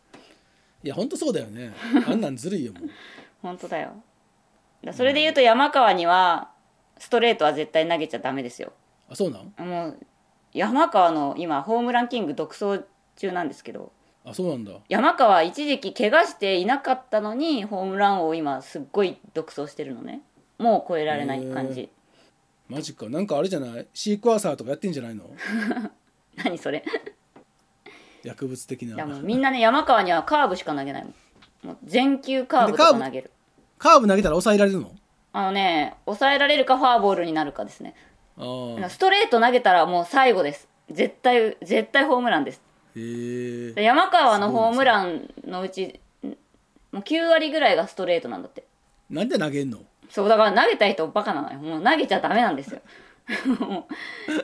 S4: いやほんとそうだ よねあんなんずるいよもう
S3: 本当だよだそれで言うと山川にはストレートは絶対投げちゃダメですよ
S4: あそうなん
S3: もう山川の今ホームランキング独走中なんですけど
S4: あそうなんだ
S3: 山川一時期怪我していなかったのにホームラン王を今すっごい独走してるのねもう超えられない感じ
S4: マジかなんかあれじゃないシークワーサーとかやってんじゃないの
S3: 何それ
S4: 薬物的
S3: いや
S4: な
S3: もうみんなね山川にはカーブしか投げないもんもう全球カーブとか投げる
S4: カーブ投げたら抑えられるの
S3: あのね抑えられるかフォアボールになるかですね
S4: ああ
S3: ストレート投げたらもう最後です絶対絶対ホームランです
S4: へ
S3: で
S4: え
S3: 山川のホームランのうちんもう9割ぐらいがストレートなんだって
S4: なんで投げんの
S3: そうだから投げた人バカなのよもう投げちゃダメなんですよ も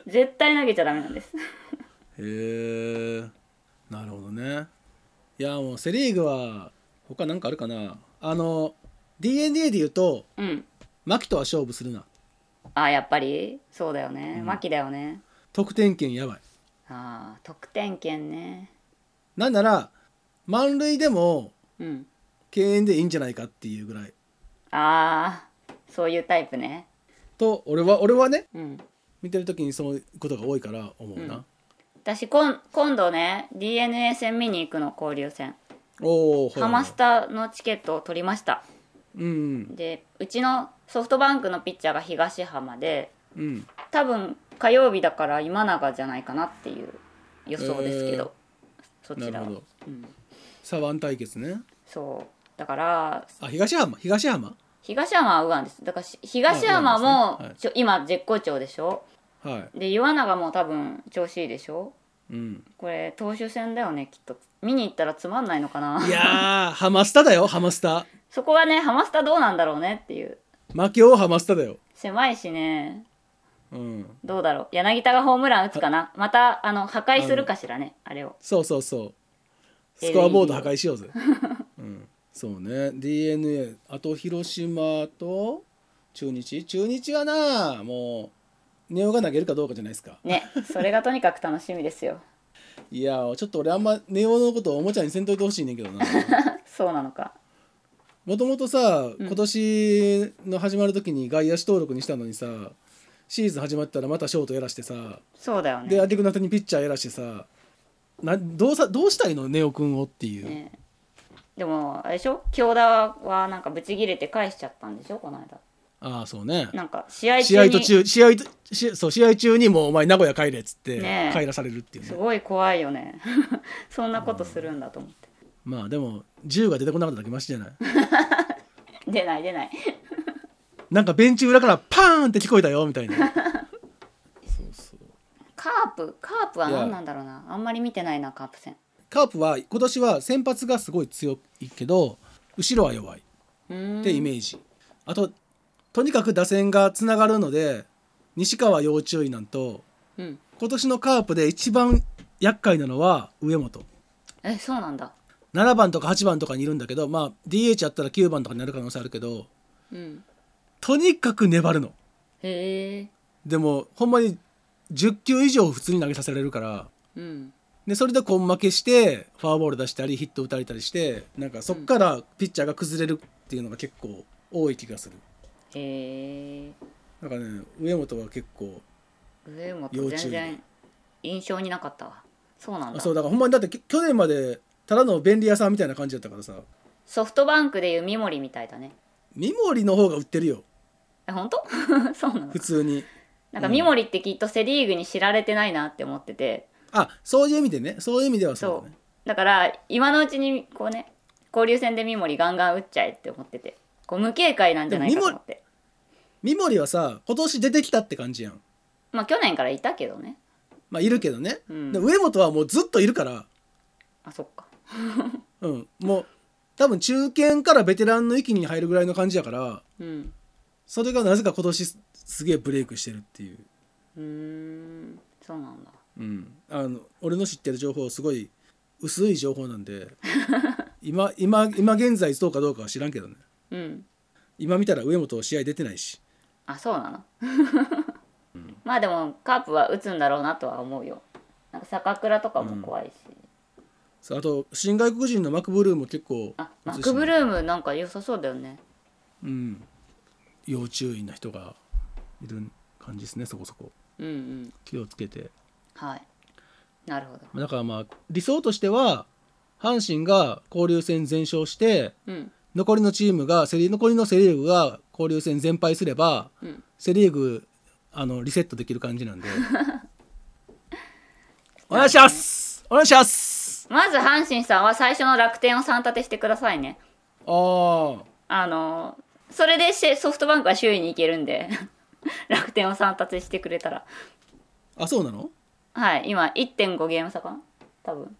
S3: う絶対投げちゃダメなんです
S4: へえなるほどねいやもうセ・リーグは他なんかあるかなあの d n a で言うと
S3: うん
S4: 牧とは勝負するな
S3: あやっぱりそうだよね牧だよね
S4: 得点圏やばい
S3: ああ得点圏ね
S4: なんなら満塁でも
S3: うん
S4: 敬遠でいいんじゃないかっていうぐらい
S3: ああそういうタイプね
S4: と俺は俺はね
S3: うん
S4: 見てる時にそういうことが多いから思うな、
S3: 私こん今度ね d n a 戦見に行くの交流戦
S4: おお
S3: ハマスタのチケットを取りました
S4: うん
S3: でうちのソフトバンクのピッチャーが東浜で
S4: うん
S3: 多分火曜日だから今永じゃないかなっていう予想ですけど、そ
S4: な
S3: ち
S4: る
S3: らは
S4: ほど
S3: うん、
S4: サワン対決ね
S3: そうだから
S4: あ東浜東浜
S3: 東山は右腕ですだからし東山
S4: あ右
S3: も、
S4: 腕ですねはい
S3: ちょ今絶好調でしょ
S4: はい
S3: で岩永も多分調子いいでしょ
S4: うん、
S3: これ投手戦だよねきっと見に行ったらつまんないのかない
S4: やーハマスタだよハマスタ
S3: そこはねハマスタどうなんだろうねっていう
S4: 負けをハマスタだよ、
S3: 狭いしね
S4: うん、
S3: どうだろう柳田がホームラン打つかなまたあの破壊するかしらねあれを
S4: そうそうそうスコアボード破壊しよう ぜ、うん、そうね d n a あと広島と中日中日はなもうネオが投げるかどうかじゃないですか
S3: ねそれがとにかく楽しみですよ
S4: いやーちょっと俺あんまネオのことをおもちゃにせんといてほしいねんけど な
S3: そうなのか
S4: もともとさ今年の始まる時に外野手登録にしたのにさシーズン始まったらまたショートやらしてさ
S3: そうだよ
S4: で
S3: ね
S4: アテクナタにピッチャーやらしてさなどうさどうしたいのネオくんをっていう、
S3: ねでもあれでしょ京田はなんかブチギレて返しちゃったんでしょこの間
S4: ああそうね
S3: なんか試合中に
S4: 試合途中試合としそう試合中にもうお前名古屋帰れっつって
S3: ねえ
S4: 帰らされるっていう、ね
S3: すごい怖いよね そんなことするんだと思って
S4: まあでも銃が出てこなかっただけマシじゃない
S3: 出ない出ない
S4: なんかベンチ裏からパーンって聞こえたよみたいな そうそう
S3: カープカープは何なんだろうなあんまり見てないなカープ戦
S4: カープは今年は先発がすごい強いけど後ろは弱いっ
S3: うーん
S4: てイメージ、あととにかく打線がつながるので西川要注意なんと
S3: うん
S4: 今年のカープで一番厄介なのは上本
S3: えそうなんだ
S4: 7番とか8番とかにいるんだけどまあ DH やったら9番とかになる可能性あるけど
S3: うん
S4: とにかく粘るの
S3: へえ
S4: でもほんまに10球以上普通に投げさせられるから
S3: うん
S4: でそれで根負けしてフォアボール出したりヒット打たれたりしてなんかそっからピッチャーが崩れるっていうのが結構多い気がする
S3: へえ
S4: なんかね上本は結構
S3: 上本
S4: 要注意
S3: 全然印象になかったわそうなん
S4: あ
S3: だ
S4: そうだからほんまにだってき去年までただの便利屋さんみたいな感じだったからさ
S3: ソフトバンクでいう三森みたいだね
S4: 三森の方が売ってるよ
S3: え本当 そうなの
S4: 普通に
S3: なんか三森ってきっとセ・リーグに知られてないなって思ってて
S4: あそういう意味でねそういう意味ではそうだね
S3: だから今のうちにこうね交流戦で三森ガンガン打っちゃえって思っててこう無警戒なんじゃないかと思って
S4: 三森はさ今年出てきたって感じやん
S3: まあ去年からいたけどね
S4: まあいるけどね、
S3: うん
S4: で上本はもうずっといるから
S3: あそっか
S4: うん、もう多分中堅からベテランの域に入るぐらいの感じやから
S3: うん
S4: それがなぜか今年すすげえブレイクしてるっていう、
S3: うーんそうなんだ
S4: うん、あの俺の知ってる情報すごい薄い情報なんで 今今今現在そうかどうかは知らんけどね
S3: うん
S4: 今見たら上本試合出てないし
S3: あそうなの、まあでもカープは打つんだろうなとは思うよなんか坂倉とかも怖いし、
S4: そうあと新外国人のマクブルーも結構
S3: あ
S4: 打
S3: マ
S4: つし
S3: クブルームなんか良さそうだよね
S4: うん、要注意な人がいる感じですねそこそこ
S3: うんうん
S4: 気をつけて
S3: はいなるほど
S4: まあだからまあ理想としては阪神が交流戦全勝して
S3: うん
S4: 残りのチームがセリ残りのセ・リーグが交流戦全敗すれば
S3: うん
S4: セ・リーグあのリセットできる感 じなんでお願いしますお願いします
S3: まず阪神さんは最初の楽天を3立てしてくださいね
S4: あー
S3: あのそれでしソフトバンクは首位に行けるんで 楽天を3立てしてくれたら
S4: あそうなの
S3: はい今1.5ゲーム差かな多分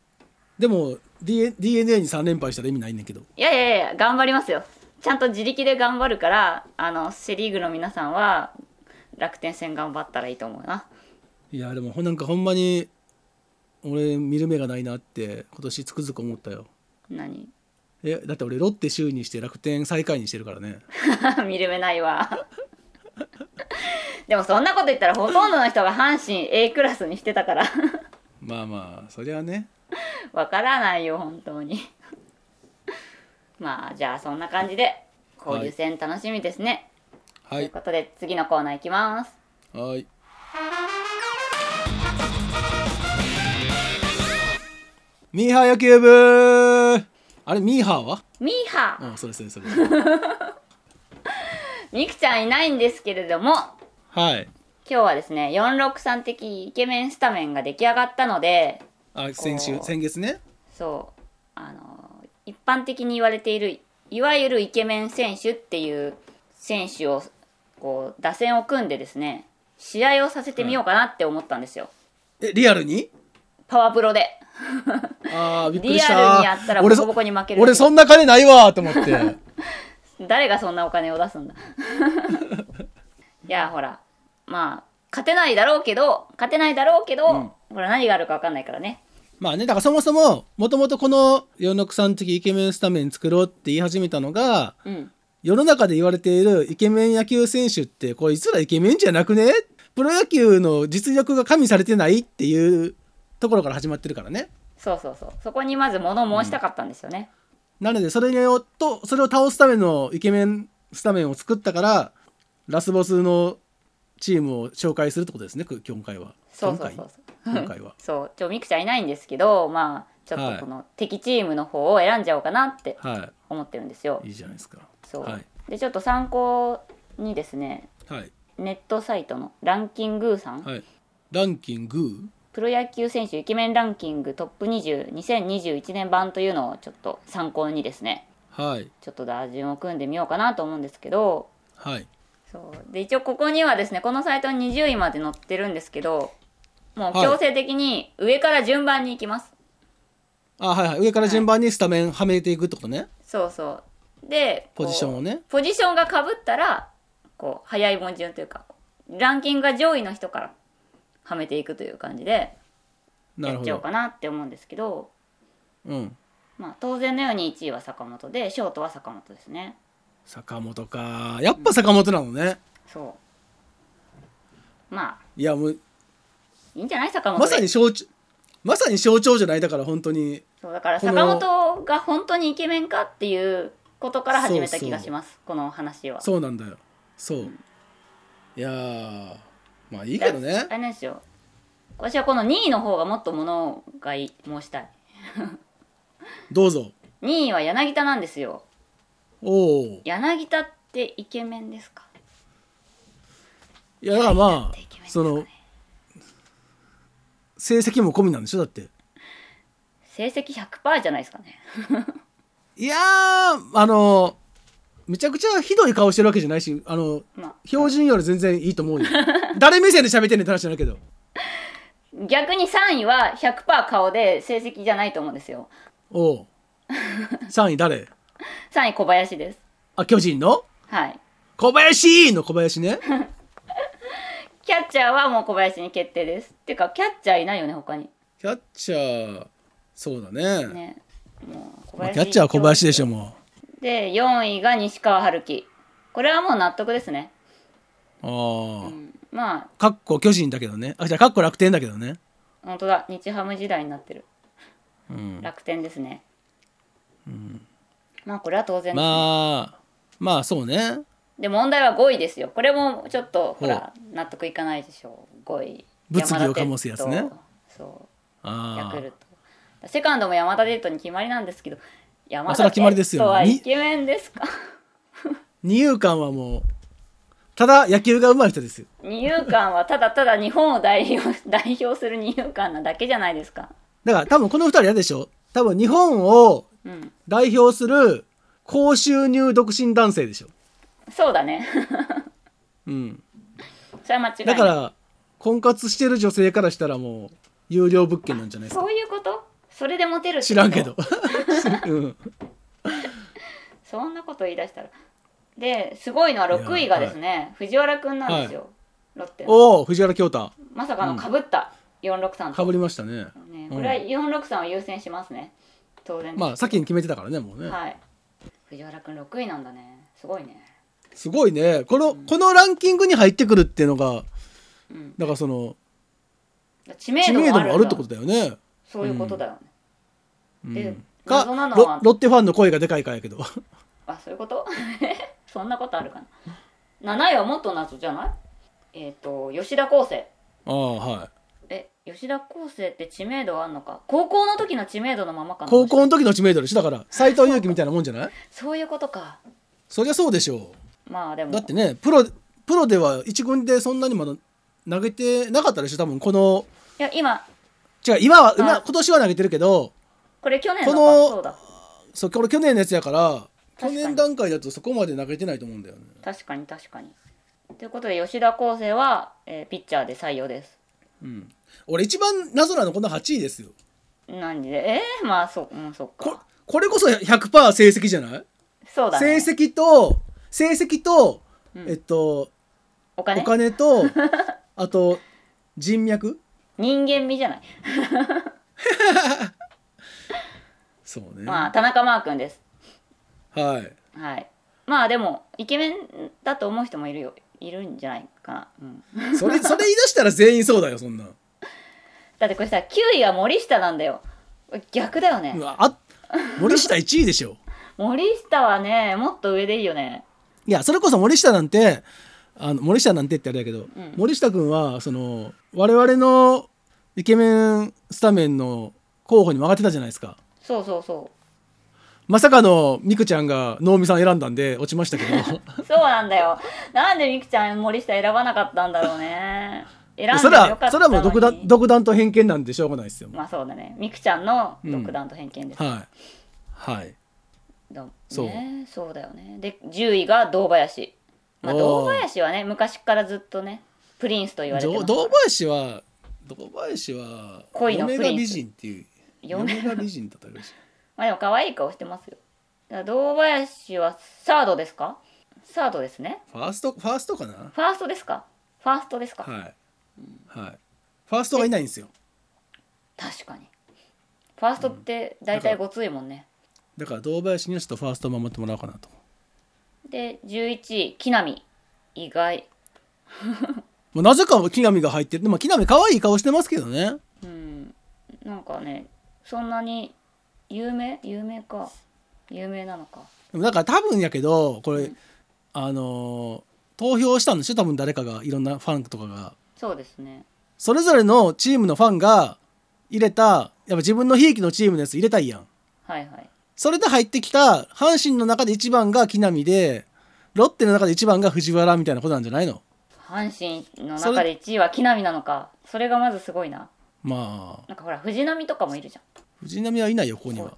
S4: でも d n a に3連敗したら意味ないねんけど
S3: いやいやいや頑張りますよちゃんと自力で頑張るからあのセ・リーグの皆さんは楽天戦頑張ったらいいと思うない
S4: やでもほんなんかほんまに俺見る目がないなって今年つくづく思ったよ
S3: 何
S4: えだって俺ロッテ首位にして楽天最下位にしてるからね
S3: 見る目ないわ でもそんなこと言ったらほとんどの人が阪神 A クラスにしてたから
S4: まあまあそりゃね
S3: わからないよ本当に まあじゃあそんな感じで交流戦楽しみですね、
S4: は
S3: ということで次のコーナーいきます
S4: はいミーハー野球部あれミーハーは
S3: ミーハー
S4: うんそれそれそれ
S3: みくちゃんいないんですけれども
S4: はい
S3: 今日はですね463的イケメンスタメンが出来上がったので
S4: あ先週先月ね
S3: そうあの一般的に言われているいわゆるイケメン選手っていう選手をこう打線を組んでですね試合をさせてみようかなって思ったんですよ、
S4: えリアルに
S3: パパワープロで
S4: ああびっくり
S3: リ
S4: し
S3: アルにや
S4: た
S3: ったらボ
S4: 俺そ
S3: コボコに負ける
S4: 俺そんな金ないわーと思って
S3: 誰がそんなお金を出すんだ いやほらまあ勝てないだろうけど勝てないだろうけど、ほら何があるか分かんないからね
S4: まあねだからそもそももともとこの46さん的イケメンスタメン作ろうって言い始めたのが
S3: うん
S4: 世の中で言われているイケメン野球選手ってこいつらイケメンじゃなくねプロ野球の実力が加味されてないっていうところから始まってるからね
S3: そうそうそうそこにまず物申したかったんですよね、
S4: なのでそれをとそれを倒すためのイケメンスタメンを作ったからラスボスのチームを紹介するってことですねく今回は
S3: そうそうそうそう
S4: 今回今回は
S3: そうちょミクちゃんいないんですけどまあちょっとこの敵チームの方を選んじゃおうかなって
S4: は
S3: 思ってるんですよ
S4: いいいじゃないですか
S3: そう、
S4: はい
S3: でちょっと参考にですね
S4: はい
S3: ネットサイトのランキングさん、
S4: はいランキング
S3: プロ野球選手イケメンランキングトップ202021年版というのをちょっと参考にですね
S4: はい
S3: ちょっと打順を組んでみようかなと思うんですけど
S4: はい
S3: そうで一応ここにはですねこのサイトに20位まで載ってるんですけどもう
S4: はい
S3: 強制的に上から順番に行きます、
S4: あはいはい上から順番にスタメンはめていくってことね、
S3: そうそうでこう
S4: ポジションをね
S3: ポジションがかぶったらこう早いもん順というかランキングが上位の人からはめていくという感じで
S4: な
S3: や
S4: る
S3: っ
S4: ほ
S3: ちゃおう
S4: ど
S3: かなって思うんですけど
S4: うん
S3: まあ当然のように1位は坂本でショートは坂本ですね
S4: 坂本かやっぱ坂本なのね
S3: そうまあ
S4: いやもう
S3: いいんじゃない坂本で
S4: まさに象徴まさに象徴じゃないだから本当に
S3: そうだから
S4: この
S3: 坂本が本当にイケメンかっていうことから始めた気がしますこの話は
S4: そうなんだよそう、いやーまあいいけどね
S3: あれなんですよ私はこの2位の方がもっと物がい申したい
S4: どうぞ
S3: 2位は柳田なんですよ
S4: おおい
S3: 柳田ってイケメンですか
S4: やだからまあ
S3: イケメンです
S4: そ
S3: かね
S4: の成績も込みなんでしょだって
S3: 成績100%じゃないですかね
S4: いやーあのめちゃくちゃひどい顔してるわけじゃないしあの
S3: ま
S4: 標準より全然いいと思うよ誰目線で喋ってんねんって話じゃないけど
S3: あ逆に3位は100%顔で成績じゃないと思うんですよ
S4: おお3位誰
S3: 3位小林です
S4: あ巨人の
S3: はい
S4: 小林の小 林ね
S3: キャッチャーはもう小林に決定ですっていうかキャッチャーいないよね他に
S4: キャッチャーそうだね
S3: ねもう小
S4: まあキャッチャーは小林でしょも
S3: で4位が西川春樹これはもう納得ですね、
S4: うああ、
S3: うん、まあ
S4: かっこ巨人だけどねあじゃあかっこ楽天だけどね
S3: 本当だ日ハム時代になってる
S4: うん
S3: 楽天ですね、まあこれは当然ですね、
S4: まあまあそうね
S3: で問題は5位ですよこれもちょっとほ
S4: ほう
S3: ら納得いかないでしょう5位
S4: 物議を
S3: 山田哲人
S4: 醸すやつね
S3: そ
S4: あ
S3: うヤ
S4: あ
S3: クルトセカンドも山田デートに決まりなんですけど山
S4: そ
S3: 田
S4: れは決まりで
S3: デ
S4: す
S3: ー
S4: よ
S3: トは
S4: に
S3: イケメンです か
S4: 二遊間はもうただ野球が上手い人ですよ
S3: 二遊間はただただ日本を代表代表する二遊間なだけじゃないですか
S4: だから多分この二人あれでしょ多分日本を
S3: うん
S4: 代表する高収入独身男性でしょ
S3: そうだね
S4: うん
S3: それは間違いない
S4: だから婚活してる女性からしたらもう有料物件なんじゃないですか
S3: そういうことそれでモテるってこと
S4: 知らんけど、うん、
S3: そんなこと言い出したらですごいのは6位がですね、藤原くんなんですよ、ロッテの
S4: おお藤原恭太
S3: まさかのかぶった463
S4: か
S3: と、
S4: ぶりましたね
S3: ね、
S4: うん
S3: これは463を優先しますね当然
S4: まあ先に決めてたからねもうね、
S3: はい藤原くん6位なんだねすごいね
S4: すごいねこのこのランキングに入ってくるっていうのが
S3: うん
S4: だからその
S3: 知名
S4: 知
S3: 度
S4: 名
S3: も
S4: 度
S3: ある
S4: もあるってことだよね、
S3: そういうことだよね、
S4: うん
S3: で
S4: か
S3: 謎なの
S4: ロ
S3: は
S4: ロッテファンの声がでかいからや けど
S3: あそういうこと そんなことあるかな7位はもっと謎じゃないえっ、と吉田康生
S4: ああはい
S3: え吉田康生って知名度あんのか高校の時の知名度のままかな
S4: 高校の時の知名度でしょだから斎藤佑樹みたいなもんじゃない
S3: そういうことか
S4: そりゃそうでしょ
S3: まあで
S4: う
S3: も
S4: だってねプロプロでは一軍でそんなにまだ投げてなかったでしょ多分この
S3: いや今
S4: 違う今は今
S3: はい
S4: 今年は投げてるけど
S3: これ去年のか
S4: この
S3: そうだ
S4: そうこれ去年のやつやから去
S3: 確かに
S4: 年段階だとそこまで投げてないと思うんだよね
S3: 確かに確かにということで吉田康生は、えーピッチャーで採用です
S4: うん、俺一番謎なのこの8位ですよ
S3: なんでえー、まあそう、うん、そっ
S4: こ
S3: か
S4: これこそ100%成績じゃない、
S3: そうだ
S4: 成
S3: ね
S4: 績と成績と、
S3: うん
S4: えっと
S3: お金
S4: お金 とあと人脈
S3: 人間味じゃない
S4: そうね、
S3: まあ田中マー君です
S4: はい
S3: はいまあでもイケメンだと思う人もいるよいるんじゃないかな、うん、
S4: それそれ言い出したら全員そうだよそん なん
S3: だってこれさ9位は森下なんだよ逆だよね
S4: うわあ森下1位でしょ
S3: 森下はねもっと上でいいよね
S4: いやそれこそ森下なんてあの森下なんてってあれだけど、
S3: うん
S4: 森下君はその我々のイケメンスタメンの候補に曲がってたじゃないですか
S3: そうそうそ
S4: まさかのミクちゃんが能見さん選んだんで落ちましたけど
S3: うそうなんだよなんでみくちゃん森下選ばなかったんだろうね選んで
S4: そ
S3: も
S4: れ
S3: よか
S4: は
S3: った
S4: そ
S3: の
S4: れは
S3: に
S4: もう独断独断と偏見なんでしょうがないですよ、
S3: まあそうだねみくちゃんの独断と偏見です、
S4: はいはい
S3: だね
S4: そう
S3: そうだよねで10位が堂林まあ
S4: おー
S3: 堂林はね昔からずっとねプリンスと言われてますから
S4: 堂林は堂林は
S3: 恋の
S4: 嫁
S3: プ
S4: が
S3: リンス
S4: 美人っていう
S3: 嫁
S4: 嫁が美人だったらしい
S3: まあでも可愛い顔してますよだから堂林はサードですかサードですね
S4: ファーストファーストかな
S3: ファーストですかファーストですか、
S4: はいはいファーストがいないんですよ
S3: 確かにファーストって大体ごついもんね、
S4: だから堂林にはちょっとファーストを守ってもらおうかなと
S3: で11位木浪意外
S4: もうなぜか木浪が入ってるでも木浪可愛い顔してますけどね
S3: うんなんかねそんなに有名有名か有名なのか
S4: でもだから多分やけどこれあのー投票したんでしょ多分誰かがいろんなファンとかが
S3: そうですね
S4: それぞれのチームのファンが入れたやっぱ自分のひいきのチームのやつ入れたいやん
S3: はいはい
S4: それで入ってきた阪神の中で1番が木浪でロッテの中で1番が藤原みたいなことなんじゃないの
S3: 阪神の中で1位は木浪なのかそれがまずすごいな
S4: まあ
S3: なんかほら藤浪とかもいるじゃ
S4: 藤浪はいないよここには
S3: ん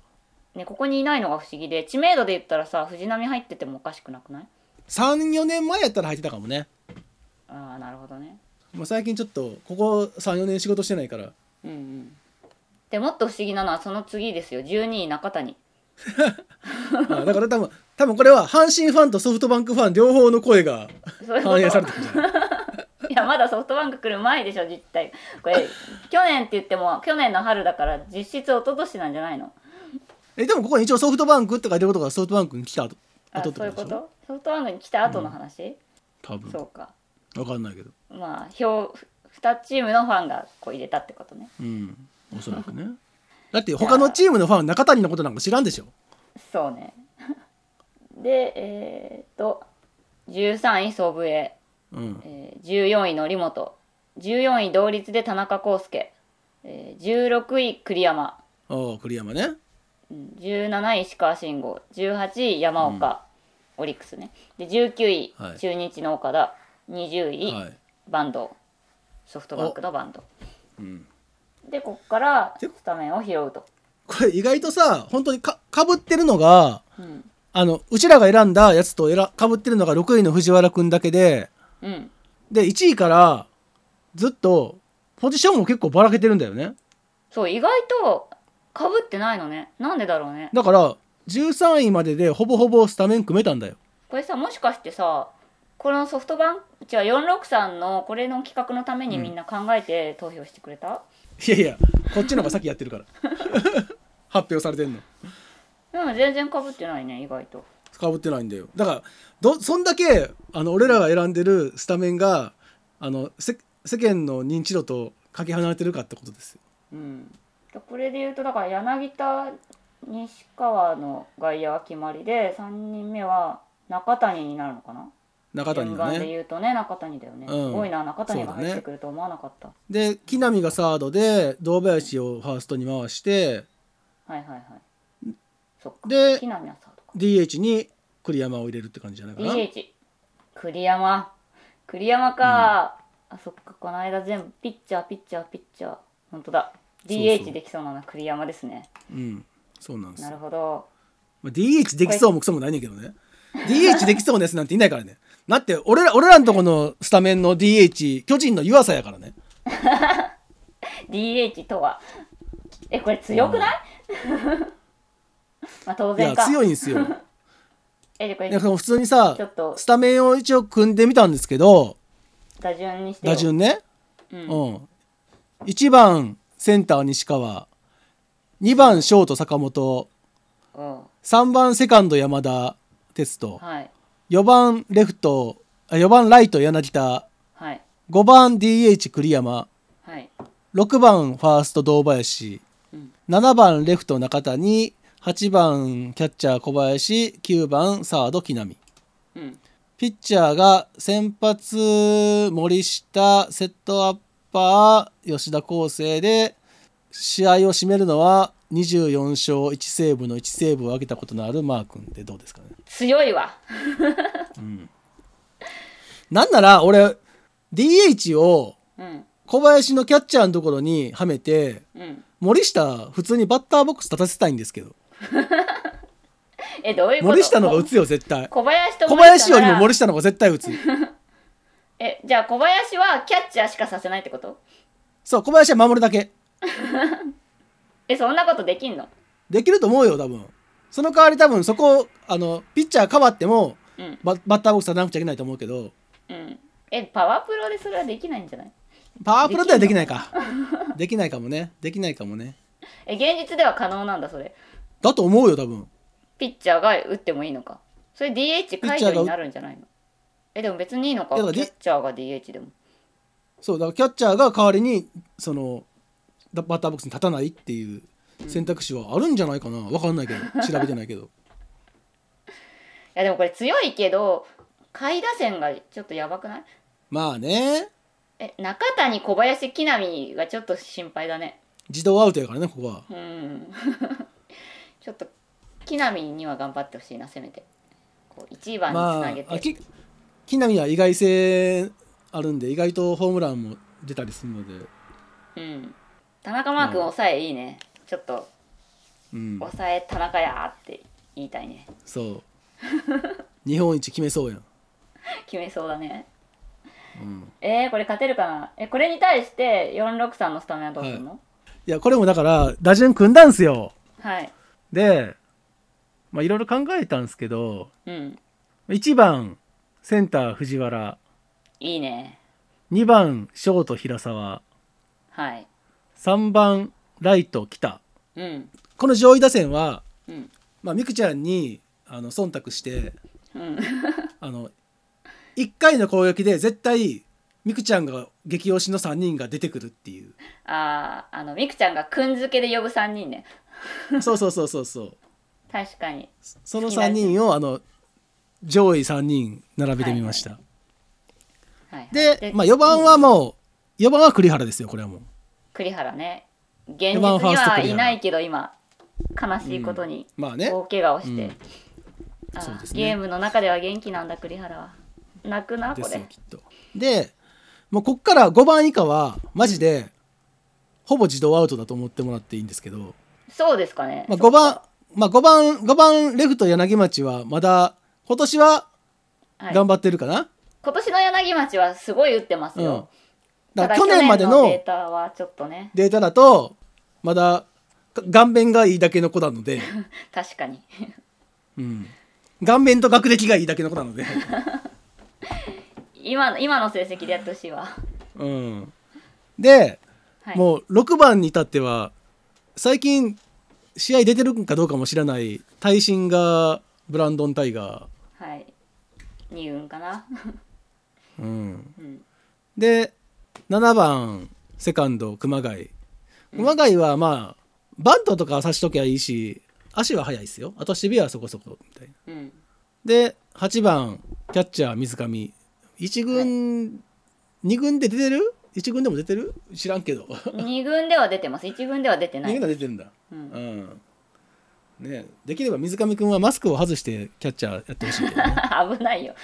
S3: ねここにいないのが不思議で知名度で言ったらさ藤浪入っててもおかしくなくない
S4: 34年前やったら入ってたかもね
S3: ああなるほどね
S4: まあ、最近ちょっとここ34年仕事してないから
S3: うんうんでもっと不思議なのはその次ですよ12位中谷
S4: あだから多分多分これは阪神ファンとソフトバンクファン両方の 声が
S3: そういうこと
S4: 反映されてるんじゃない
S3: いやまだソフトバンク来る前でしょ実態こ れ去年って言っても去年の春だから実質一昨年なんじゃないの
S4: えでもここに一応ソフトバンクって書いてることがソフトバンクに来た後
S3: あ
S4: 後って
S3: そういう
S4: こ
S3: こと
S4: でしょ
S3: とソフトバンクに来た後の話、
S4: 多分
S3: そうか
S4: 分かんないけど
S3: まあ票2チームのファンがこう入れたってことね
S4: うんおそらくねだって他のチームのファンは中谷のことなんか知らんでしょ
S3: そうね でえー、っと13位祖父江、
S4: うん
S3: えー、14位則本14位同率で田中康介、えー、16位栗山
S4: おう栗山ね
S3: うん17位石川慎吾18位山岡、オリックスねで19位、
S4: はい
S3: 中日の岡田20位、
S4: はい、
S3: バンドソフトバンクのバンド
S4: うん、
S3: でこっから
S4: で
S3: スタメンを拾うと、
S4: これ意外とさ本当にかかぶってるのが
S3: うん
S4: あのうちらが選んだやつとえらかぶってるのが6位の藤原君だけで
S3: うん、
S4: で1位からずっとポジションも結構ばらけてるんだよね
S3: そう意外とかぶってないのねなんでだろうね
S4: だから13位まででほぼほぼスタメン組めたんだよ
S3: これさもしかしてさこのソフトバンク違う463のこれの企画のためにみんな考えて投票してくれた、
S4: いやいやこっちの方が先やってるから 発表されてんの
S3: でも全然かぶってないね意外と
S4: かぶってないんだよだからどそんだけあの俺らが選んでるスタメンがあのせ世間の認知度とかけ離れてるかってことですよ
S3: うん、これで言うとだから柳田西川の外野は決まりで3人目は中谷になるのかな
S4: 中谷
S3: 順
S4: が
S3: 番で
S4: ね
S3: 言うとね中谷だよね、
S4: うん
S3: すごいな中谷が入っ
S4: そうだ
S3: て
S4: ね
S3: くると思わなかった、
S4: で木浪がサードで堂林をファーストに回して
S3: はいはいはいそっか
S4: で
S3: 木浪はサードか
S4: DH に栗山を入れるって感じじゃないかな
S3: DH 栗山栗山か、あそっかこの間全部ピッチャーピッチャーピッチャー本当だ
S4: そう
S3: DH できそうなのは栗山ですね
S4: うんそうなんですよ
S3: なるほど
S4: まあ、DH できそうもクソもないねんけどね DH できそうなやつなんていないからねだって俺ら俺らのとこのスタメンの DH 巨人の湯浅やからね
S3: DH とはえこれ強くない、 まあ当
S4: い
S3: 然
S4: や
S3: か
S4: 強いんで すよ
S3: えでこれ
S4: いやでも普通にさ
S3: ちょっと
S4: スタメンを一応組んでみたんですけど
S3: 打順にしてよ
S4: 打順ね、
S3: う
S4: うんん1番センター西川2番ショート坂本
S3: うん
S4: 3番セカンド山田哲人
S3: はい
S4: 4番レフトあ4番ライト柳田
S3: はい
S4: 5番 DH 栗山
S3: はい
S4: 6番ファースト堂林
S3: うん
S4: 7番レフト中谷8番キャッチャー小林9番サード木浪
S3: うん
S4: ピッチャーが先発森下セットアッパー吉田康生で試合を締めるのは24勝1セーブの1セーブを挙げたことのあるマー君でどうですかね
S3: 強いわ
S4: なんなら俺 DH を
S3: うん
S4: 小林のキャッチャーのところにはめて
S3: うん
S4: 森下普通にバッターボックス立たせたいんですけど
S3: えどういうこと
S4: 森下の方が打つよ絶対
S3: 小林と
S4: 小林よりも
S3: なら
S4: 森下の方が絶対 打つ
S3: えじゃあ小林はキャッチャーしかさせないってこと
S4: そう小林は守るだけ
S3: えそんなことできんの
S4: できると思うよ多分その代わり多分そこあのピッチャー変わっても
S3: うん
S4: ババッターボックス立たなくちゃいけないと思うけど
S3: うんえパワープロでそれはできないんじゃない
S4: パワープロではできない かできないかもねできないかもね
S3: え現実では可能なんだそれ
S4: だと思うよ多分
S3: ピッチャーが打ってもいいのかそれ DH 解除になるんじゃないのえでも別にいいのか
S4: い
S3: キ
S4: やだ
S3: ャ
S4: から
S3: ッチャーが DH でも
S4: そうだからキャッチャーが代わりにそのだバッターボックスに立たないっていう選択肢はあるんじゃないかな分かんないけど調べてないけど
S3: いやでもこれ強いけど下位打線がちょっとやばくない
S4: まあね
S3: え中谷小林木浪がちょっと心配だね
S4: 自動アウトやからねここは
S3: うん ちょっと木浪には頑張ってほしいなせめてこう1番につ
S4: ま
S3: な
S4: あ
S3: げて、
S4: あき木浪は意外性あるんで意外とホームランも出たりするので、
S3: うん田中マー君抑えいいね、ちょっと
S4: うん、
S3: 抑え田中やーって言いたいね
S4: そう 日本一決めそうやん、
S3: 決めそうだね
S4: うん、
S3: えー、これ勝てるかなえこれに対して463のスタメンはどうするの
S4: いやこれもだから打順組んだんすよ
S3: はい、
S4: でまあいろいろ考えたんですけど
S3: うん
S4: 1番センター藤原
S3: いいね
S4: 2番ショート平沢
S3: はい
S4: 3番ライト北
S3: うん
S4: この上位打線は、
S3: うん
S4: まあ、みくちゃんにあの忖度して
S3: うん
S4: あの1回の攻撃で絶対みくちゃんが激推しの3人が出てくるっていう
S3: あーあのみくちゃんがくんづけで呼ぶ3人ね
S4: そうそうそうそ うそう
S3: 確かに
S4: その3人をあの上位3人並べてみました、
S3: はいはい、
S4: で、まあ、4番はもう4番は栗原ですよこれはもう
S3: 栗原ね現実
S4: 四
S3: に
S4: 番ファース
S3: は
S4: ト栗原
S3: いないけど今悲しいことに
S4: まあね
S3: 大怪我をして、
S4: うん
S3: あー
S4: そうですね
S3: ゲームの中では元気なんだ栗原は泣くな
S4: で
S3: こ
S4: す
S3: れ
S4: よきっとでもうこっから5番以下はマジでほぼ自動アウトだと思ってもらっていいんですけど、
S3: そうですかね、
S4: まあ、5番まあ5番5番レフト柳町はまだ今年は
S3: はい、
S4: 頑張ってるかな、
S3: 今年の柳町はすごい打ってます
S4: うん
S3: よ、た
S4: だ
S3: だ去
S4: から去年
S3: 年
S4: ま
S3: ま
S4: で
S3: で
S4: の
S3: のデータはちょっとね
S4: データだとまだが顔面がいいだけの子な ので、
S3: 確かに
S4: うん、顔面と学歴がいいだけの子な ので、
S3: 今の今の成績でやってほしいわ、
S4: うん、で、
S3: はい、
S4: もう6番に至っては最近試合出てるんかどうかも知らない対心がブランドン・タイガ
S3: はい二軍かな
S4: ー、うん
S3: うん
S4: で7番セカンド熊谷熊谷はまあバントとか差しときゃいいし足は速いですよあと守備はそこそこみたいな
S3: うん
S4: で8番キャッチャー水上1軍、2軍で出てる ?1 軍でも出てる知らんけど2
S3: 二軍では出てます一軍では出てな
S4: 軍
S3: い
S4: では出てるんだ
S3: うん
S4: うんね、できれば水上君はマスクを外してキャッチャーやってほしいけどね
S3: 危ないよ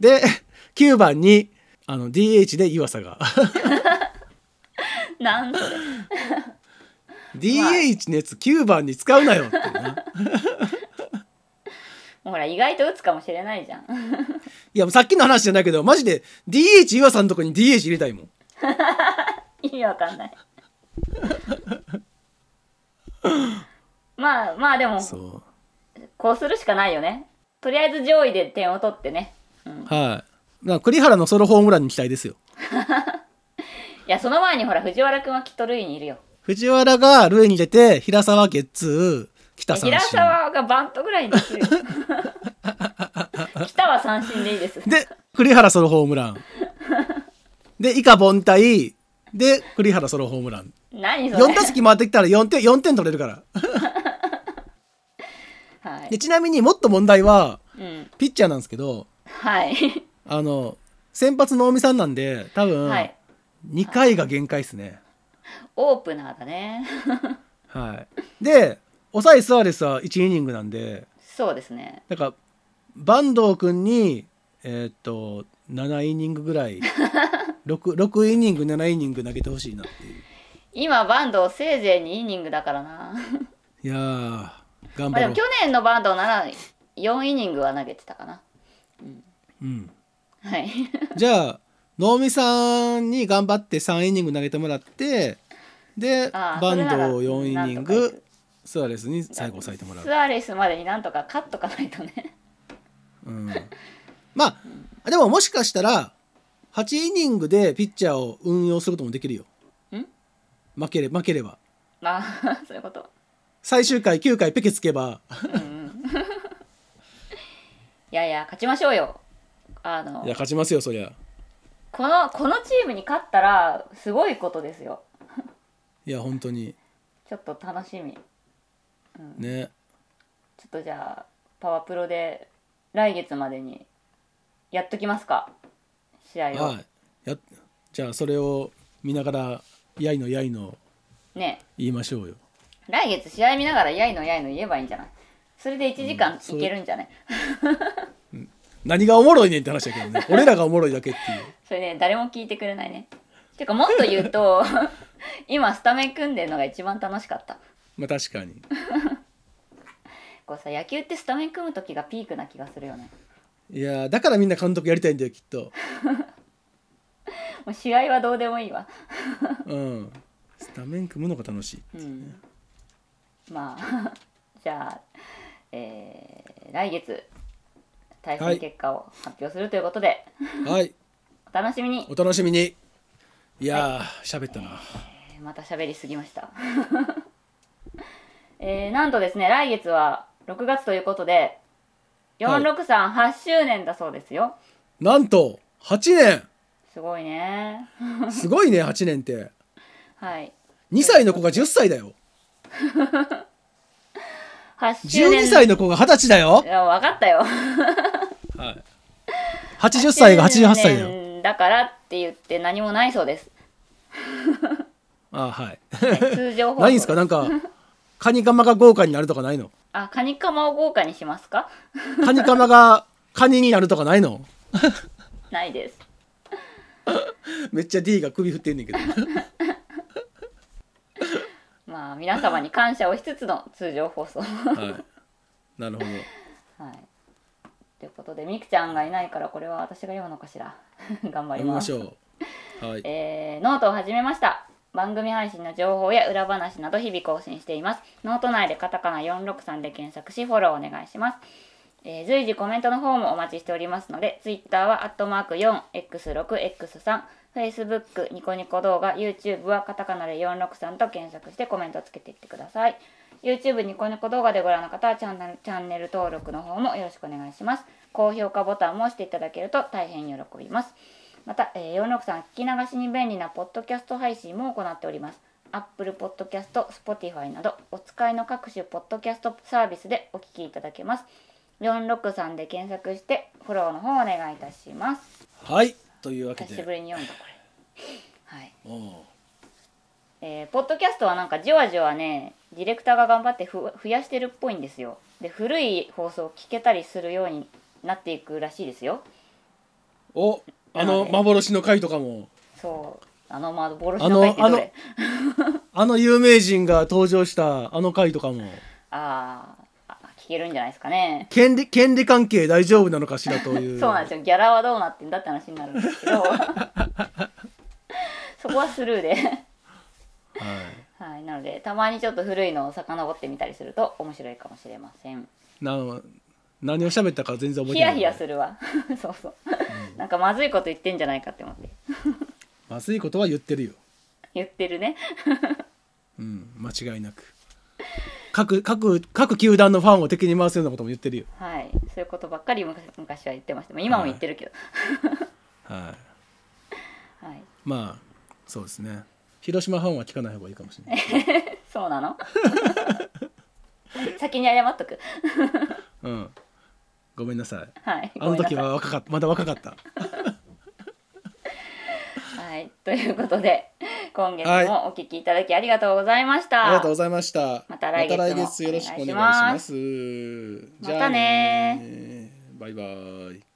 S4: で9番にあの DH で岩佐 が
S3: なんそれ
S4: DH のやつ9番に使うなよっていうね
S3: ほら意外と打つかもしれないじゃん
S4: いやさっきの話じゃないけどマジで DH 岩佐のとこに DH 入れたいもん
S3: 意味わかんない まあまあでも
S4: そ
S3: こうするしかないよねとりあえず上位で点を取ってね
S4: うはいなんか栗原のソロホームランに期待ですよ
S3: いやその前にほら藤原君はきっと塁にいるよ
S4: 藤原が塁に出て平沢ゲッツー北三
S3: 平
S4: 振
S3: 沢がバントぐらいにできるよ北は三振でいいです
S4: で栗原ソロホームランで以下凡退で栗原ソロホームラン
S3: 何それ
S4: 4打席回ってきたら4点4点取れるから
S3: はい
S4: でちなみにもっと問題は
S3: うん
S4: ピッチャーなんですけど
S3: はい
S4: あの先発の大見さんなんで多分
S3: はい
S4: 2回が限界ですね、
S3: オープナーだね
S4: はい、で抑えスアレスは1イニングなんで
S3: そうですね
S4: だから坂東君にえーっと7イニング ぐらい 6, 6イニング7イニング投げてほしいなっていう
S3: 今バンドせいぜい2イニングだからな
S4: いやー頑
S3: まあ
S4: 張
S3: で
S4: ろ
S3: も
S4: う
S3: 去、年のバンドなら4イニングは投げてたかな
S4: うん、
S3: はい
S4: じゃあ能見さんに頑張って3イニング投げてもらってで
S3: あー
S4: バ
S3: そ
S4: ン
S3: れな
S4: ド
S3: ら
S4: を4イニン
S3: なんとかい
S4: グ
S3: く
S4: スアレスに最後抑えてもらう
S3: スアレスまでになんとか勝っとかないとね
S4: うんまあでももしかしたら8イニングでピッチャーを運用することもできるよ
S3: ん
S4: 負けれ負ければ
S3: まあそういうこと
S4: 最終回9回ペケつけば
S3: いやいや勝ちましょうよあの
S4: いや勝ちますよそりゃ
S3: このこのチームに勝ったらすごいことですよ
S4: いや本当に
S3: ちょっと楽しみちょ
S4: ね
S3: っとじゃあパワプロで来月までにやっときますか試合を、
S4: はいやじゃあそれを見ながらやいのやいの
S3: ね
S4: 言いましょうよ
S3: 来月試合見ながらやいのやいの言えばいいんじゃないそれで1時間
S4: うんそう
S3: いけるんじゃない、
S4: 何がおもろいねんって話だけ どね俺らがおもろいだけってい
S3: それね誰も聞いてくれないねてかもっと言う と今スタメン組んでるのが一番楽しかった
S4: うまあ確かに
S3: こうさ野球ってスタメン組む時がピークな気がするよね
S4: いやーだからみんな監督やりたいんだよきっと
S3: もう試合はどうでもいいわ
S4: うんスタメン組むのが楽しい
S3: うんまあ じゃあ、えー来月対戦結果を発表するということで、
S4: はい
S3: お楽しみに
S4: お楽しみにいやー喋、ったな
S3: えーまた喋りすぎました、 えーなんとですね来月は6月ということで
S4: はい
S3: 4638周年だそうですよ、
S4: なんと8
S3: すごいね
S4: 年すごいね8年って
S3: はい
S4: 2歳の子が10歳だよ
S3: 8周年
S4: 12歳の子が20歳だよ
S3: い、や分かったよ
S4: はい、80歳が88歳だ
S3: 周
S4: よ
S3: 年だからって言って何もないそうです、
S4: あはい
S3: はい通常放送
S4: 何ですかなんかカニカマが豪華になるとかないの
S3: あカニカマを豪華にしますか
S4: カニカマがカニになるとかないの
S3: ないです
S4: めっちゃ D が首振ってんねんけど
S3: まあ皆様に感謝をしつつの通常放送 は
S4: はいなるほど
S3: いということでみくちゃんがいないからこれは私が読むのかしら 頑張り
S4: やめ
S3: ま
S4: ますしょうはい
S3: えーノートを始めました番組配信の情報や裏話など日々更新していますノート内でカタカナ463で検索しフォローお願いします、えー随時コメントの方もお待ちしておりますので Twitter はアットマーク 4x6x3 Facebook ニコニコ動画 YouTube はカタカナで463と検索してコメントをつけていってください YouTube ニコニコ動画でご覧の方はチャンネルチャンネル登録の方もよろしくお願いします高評価ボタンも押していただけると大変喜びますまた、えー、463聞き流しに便利なポッドキャスト配信も行っております Apple Podcast、Spotify などお使いの各種ポッドキャストサービスでお聞きいただけます463で検索してフォローの方お願いいたします
S4: はいというわけ
S3: 久し
S4: で
S3: ぶりに読んだこれはい
S4: おう
S3: えーポッドキャストはなんかじわじわねディレクターが頑張ってふ増やしてるっぽいんですよで古い放送を聞けたりするようになっていくらしいですよ
S4: おあ
S3: なの
S4: の
S3: で
S4: 幻の回とかも
S3: そうあの幻の回ってどれ
S4: あの有名人が登場したあの回とかも
S3: あーあ聞けるんじゃないですかね
S4: 権利権利関係大丈夫なのかしらとい う
S3: そうなんですよギャラはどうなってんだって話になるんですけどそこはスルーで
S4: はい
S3: はいなのでたまにちょっと古いのを遡ってみたりすると面白いかもしれません
S4: な何を喋ったか全然覚
S3: ヒ
S4: えてな
S3: ヤ
S4: い
S3: ヒヤするわ そうそう、なんかまずいこと言ってんじゃないかって思って
S4: まずいことは言ってるよ
S3: 言ってるね
S4: うん間違いなく各各各球団のファンを敵に回すようなことも言ってるよ
S3: はいそういうことばっかり昔昔は言ってましたまあ今も言ってるけど
S4: はい
S3: はい、
S4: まあそうですね広島ファンは聞かない方がいいかもしれない
S3: そうなの 先に謝っとく
S4: うんごめんなさい
S3: はい
S4: あの時
S3: ごめんな
S4: は若かったまだ若 かった
S3: さいはいということで今月
S4: はい
S3: もお聞きいただきありがとうございました、
S4: ありがとうございました。
S3: また来月も
S4: またよろしくお願いします。
S3: またね
S4: じゃあねバイバイ。